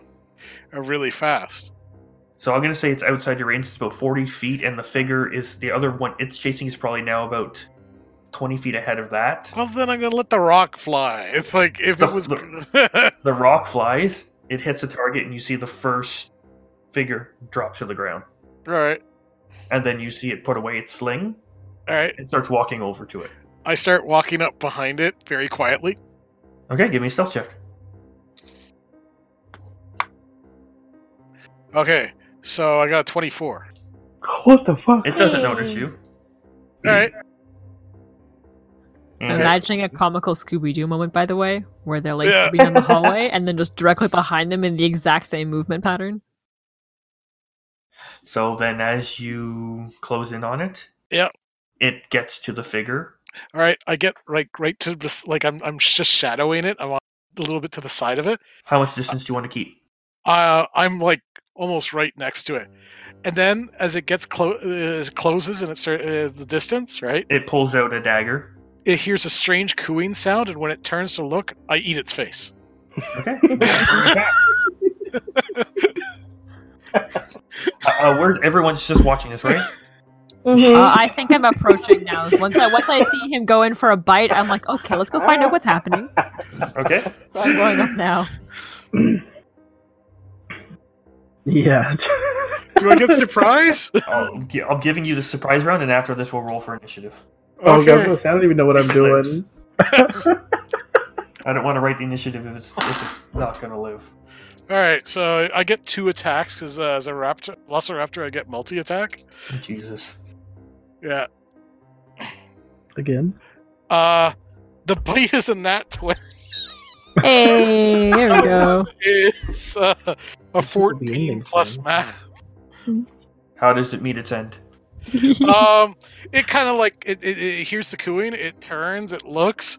[SPEAKER 2] Are, really fast.
[SPEAKER 1] So I'm going to say it's outside your range. It's about 40 feet, and the figure is the other one it's chasing is probably now about 20 feet ahead of that.
[SPEAKER 2] Well, then I'm going to let the rock fly. It's like if
[SPEAKER 1] The-
[SPEAKER 2] it was.
[SPEAKER 1] The rock flies, it hits a target, and you see the first figure drop to the ground.
[SPEAKER 2] All right.
[SPEAKER 1] And then you see it put away its sling
[SPEAKER 2] All right.
[SPEAKER 1] and starts walking over to it.
[SPEAKER 2] I start walking up behind it very quietly.
[SPEAKER 1] Okay, give me a stealth check.
[SPEAKER 2] Okay. So I got a 24.
[SPEAKER 3] what the fuck?
[SPEAKER 1] It doesn't notice you.
[SPEAKER 3] Mm-hmm.
[SPEAKER 2] All right.
[SPEAKER 1] And
[SPEAKER 4] I'm imagining a comical Scooby Doo moment, by the way, where they're like
[SPEAKER 2] Yeah.
[SPEAKER 4] moving down the hallway and then just directly behind them in the exact same movement pattern.
[SPEAKER 1] so then as you close in on it,
[SPEAKER 2] Yeah.
[SPEAKER 1] it gets to the figure.
[SPEAKER 2] All right. I get right right to this. Like I'm, I'm just shadowing it. I'm on a little bit to the side of it.
[SPEAKER 1] How much distance do you want to keep?
[SPEAKER 2] Uh, I'm like almost right next to it. And then as it gets close, as it closes and it start, uh, the distance, right?
[SPEAKER 1] It pulls out a dagger.
[SPEAKER 2] It hears a strange cooing sound. And when it turns to look, I eat its face.
[SPEAKER 1] Okay. uh, we're, everyone's just watching this, right?
[SPEAKER 5] Mhm.
[SPEAKER 4] Uh, I think I'm approaching now. Once I once I see him go in for a bite, I'm like, okay, let's go find out what's happening.
[SPEAKER 1] Okay.
[SPEAKER 4] So I'm going up now.
[SPEAKER 3] Yeah.
[SPEAKER 2] Do I get surprise?
[SPEAKER 1] I'll, gi- I'm giving you the surprise round, and after this, we'll roll for initiative.
[SPEAKER 3] Oh
[SPEAKER 2] Okay.
[SPEAKER 3] god, I don't even know what I'm doing.
[SPEAKER 1] I don't want to write the initiative if it's if it's not gonna live.
[SPEAKER 2] All right, so I get two attacks because uh, as a raptor, Velociraptor, I get multi attack.
[SPEAKER 1] Jesus.
[SPEAKER 2] Yeah.
[SPEAKER 3] Again.
[SPEAKER 2] Uh, the bite is a nat twenty.
[SPEAKER 4] Hey, there we go.
[SPEAKER 2] It's uh, a
[SPEAKER 3] This will be
[SPEAKER 2] 14
[SPEAKER 3] ending
[SPEAKER 2] plus
[SPEAKER 3] soon.
[SPEAKER 2] math.
[SPEAKER 1] How does it meet its end?
[SPEAKER 2] um, it kind of like it, it, it hears the cooing, it turns, it looks,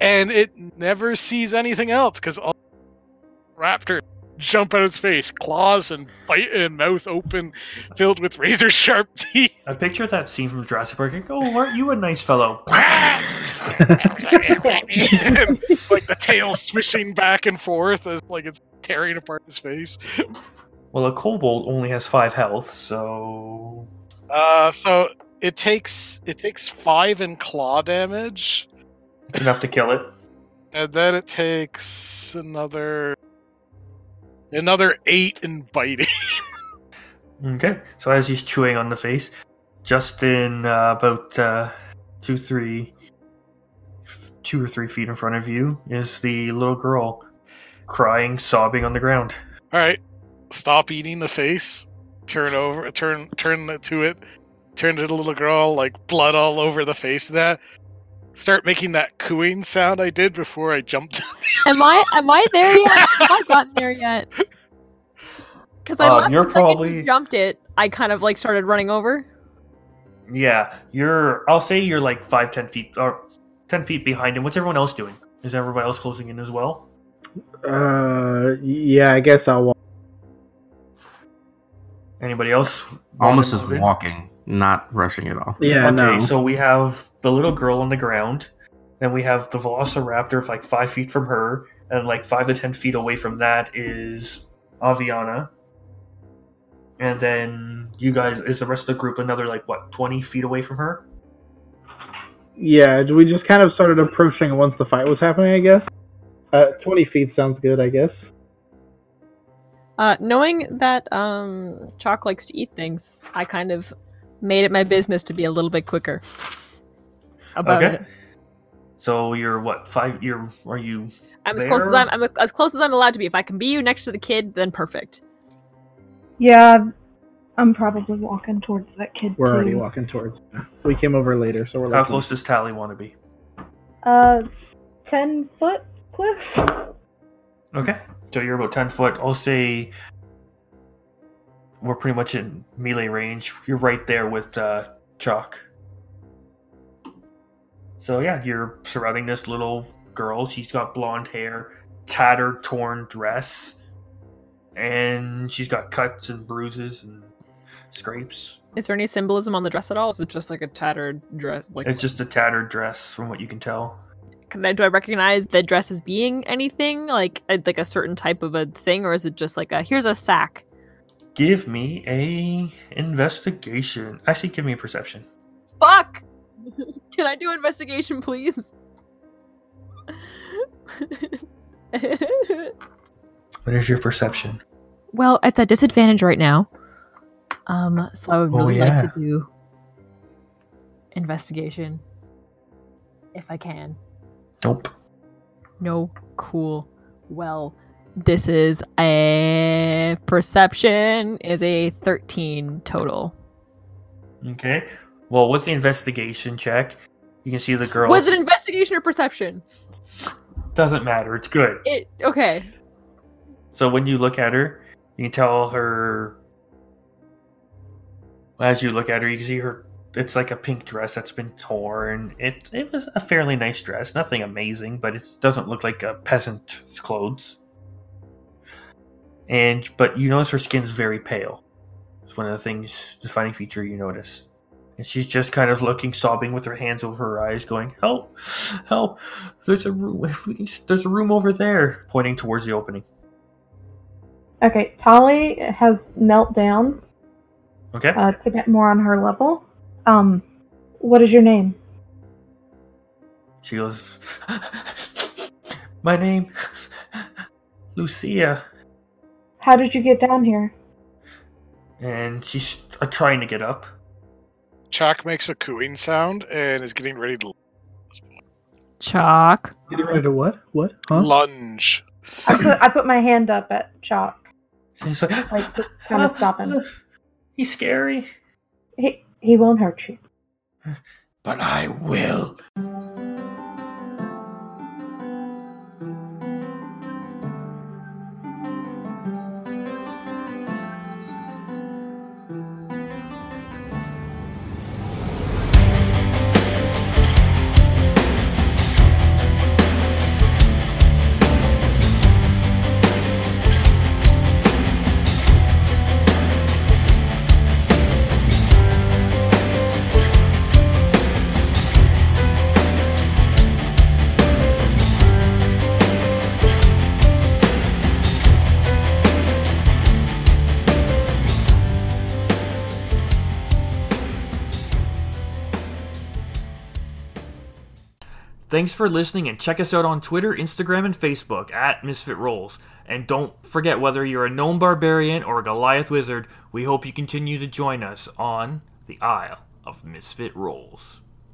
[SPEAKER 2] and it never sees anything else because all raptor jump out its face, claws and bite and mouth open, filled with razor sharp teeth.
[SPEAKER 1] I picture that scene from Jurassic Park. Like, oh, aren't you a nice fellow?
[SPEAKER 2] And, like the tail swishing back and forth as like it's tearing apart his face.
[SPEAKER 1] Well, a kobold only has five health, so
[SPEAKER 2] Uh, so it takes it takes five in claw damage.
[SPEAKER 1] it's enough to kill it.
[SPEAKER 2] And then it takes another another eight in biting.
[SPEAKER 1] Okay. So as he's chewing on the face, Justin, uh, about uh, two, three, f- two or three feet in front of you, is the little girl crying, sobbing on the ground.
[SPEAKER 2] All right, stop eating the face. Turn over, turn turn it to it. Turn to the little girl, like blood all over the face. and That start making that cooing sound I did before I jumped.
[SPEAKER 4] Am I am I there yet? Have I gotten there yet? Because I
[SPEAKER 1] Um,
[SPEAKER 4] left
[SPEAKER 1] you're
[SPEAKER 4] the second you
[SPEAKER 1] probably-
[SPEAKER 4] jumped it. I kind of like started running over.
[SPEAKER 1] Yeah, you're. I'll say you're like five, ten feet, or ten feet behind him. What's everyone else doing? Is everybody else closing in as well?
[SPEAKER 3] Uh, yeah, I guess I'll walk.
[SPEAKER 1] Anybody else?
[SPEAKER 6] Almost is
[SPEAKER 1] wanna move in?
[SPEAKER 6] walking, not rushing at all.
[SPEAKER 3] Yeah,
[SPEAKER 1] Okay,
[SPEAKER 3] no.
[SPEAKER 1] so we have the little girl on the ground, then we have the Velociraptor like five feet from her, and like five to ten feet away from that is Aviana. And then you guys is the rest of the group another like what, twenty feet away from her?
[SPEAKER 3] Yeah, we just kind of started approaching once the fight was happening, I guess. Uh, 20 feet sounds good, I guess.
[SPEAKER 4] Uh, knowing that um, Chalk likes to eat things, I kind of made it my business to be a little bit quicker about
[SPEAKER 1] Okay.
[SPEAKER 4] it.
[SPEAKER 1] So you're what, five you're are you
[SPEAKER 4] I'm as close as
[SPEAKER 1] There.
[SPEAKER 4] I'm, I'm as close as I'm allowed to be. If I can be you next to the kid, then perfect.
[SPEAKER 5] Yeah, I'm probably walking towards that kid.
[SPEAKER 3] We're already
[SPEAKER 5] too.
[SPEAKER 3] walking towards. We came over later, so we're
[SPEAKER 1] how
[SPEAKER 3] like.
[SPEAKER 1] close does Tally wanna be?
[SPEAKER 5] Uh, ten foot cliff.
[SPEAKER 1] Okay. So you're about ten foot. I'll say we're pretty much in melee range. You're right there with uh, Chalk. So yeah, you're surrounding this little girl. She's got blonde hair, tattered, torn dress, and she's got cuts and bruises and scrapes.
[SPEAKER 4] Is there any symbolism on the dress at all? Is it just like a tattered dress? Like,
[SPEAKER 1] It's just a tattered dress, from what you can tell.
[SPEAKER 4] can I, do I recognize the dress as being anything like uh, like a certain type of a thing, or is it just like a here's a sack?
[SPEAKER 1] Give me a investigation. Actually, give me a perception.
[SPEAKER 4] Fuck! Can I do investigation, please?
[SPEAKER 1] What is your perception?
[SPEAKER 4] well, it's a disadvantage right now. Um, so I would
[SPEAKER 1] Oh,
[SPEAKER 4] really
[SPEAKER 1] yeah.
[SPEAKER 4] like to do investigation if I can.
[SPEAKER 1] Nope.
[SPEAKER 4] No, cool. Well, this is a perception is a 13 total.
[SPEAKER 1] Okay. Well, with the investigation check, you can see the girl.
[SPEAKER 4] Was it investigation or perception?
[SPEAKER 1] Doesn't matter. It's good.
[SPEAKER 4] It okay.
[SPEAKER 1] So when you look at her, you can tell her. As you look at her, you can see her. It's like a pink dress that's been torn. It it was a fairly nice dress, nothing amazing, but it doesn't look like a peasant's clothes. And but you notice her skin's very pale. It's one of the things defining feature you notice. And she's just kind of looking, sobbing with her hands over her eyes, going, "Help, help! There's a room. If we can, just, there's a room over there," pointing towards the opening.
[SPEAKER 5] Okay, Tolly has knelt down
[SPEAKER 1] Okay.
[SPEAKER 5] uh, to get more on her level. Um, what is your name?
[SPEAKER 1] She goes, My name, Lucia.
[SPEAKER 5] How did you get down here?
[SPEAKER 1] And she's uh, trying to get up.
[SPEAKER 2] Chuck makes a cooing sound and is getting ready to
[SPEAKER 4] Chalk.
[SPEAKER 3] Get ready to what? What? Huh?
[SPEAKER 2] lunge.
[SPEAKER 5] I put I put my hand up at Chalk,
[SPEAKER 1] She's like,
[SPEAKER 5] like to kind of stop him.
[SPEAKER 1] He's scary.
[SPEAKER 5] He he won't hurt you.
[SPEAKER 1] But I will. Thanks for listening and check us out on Twitter, Instagram, and Facebook at Misfit Rolls. And don't forget whether you're a gnome barbarian or a Goliath wizard, we hope you continue to join us on the Isle of Misfit Rolls.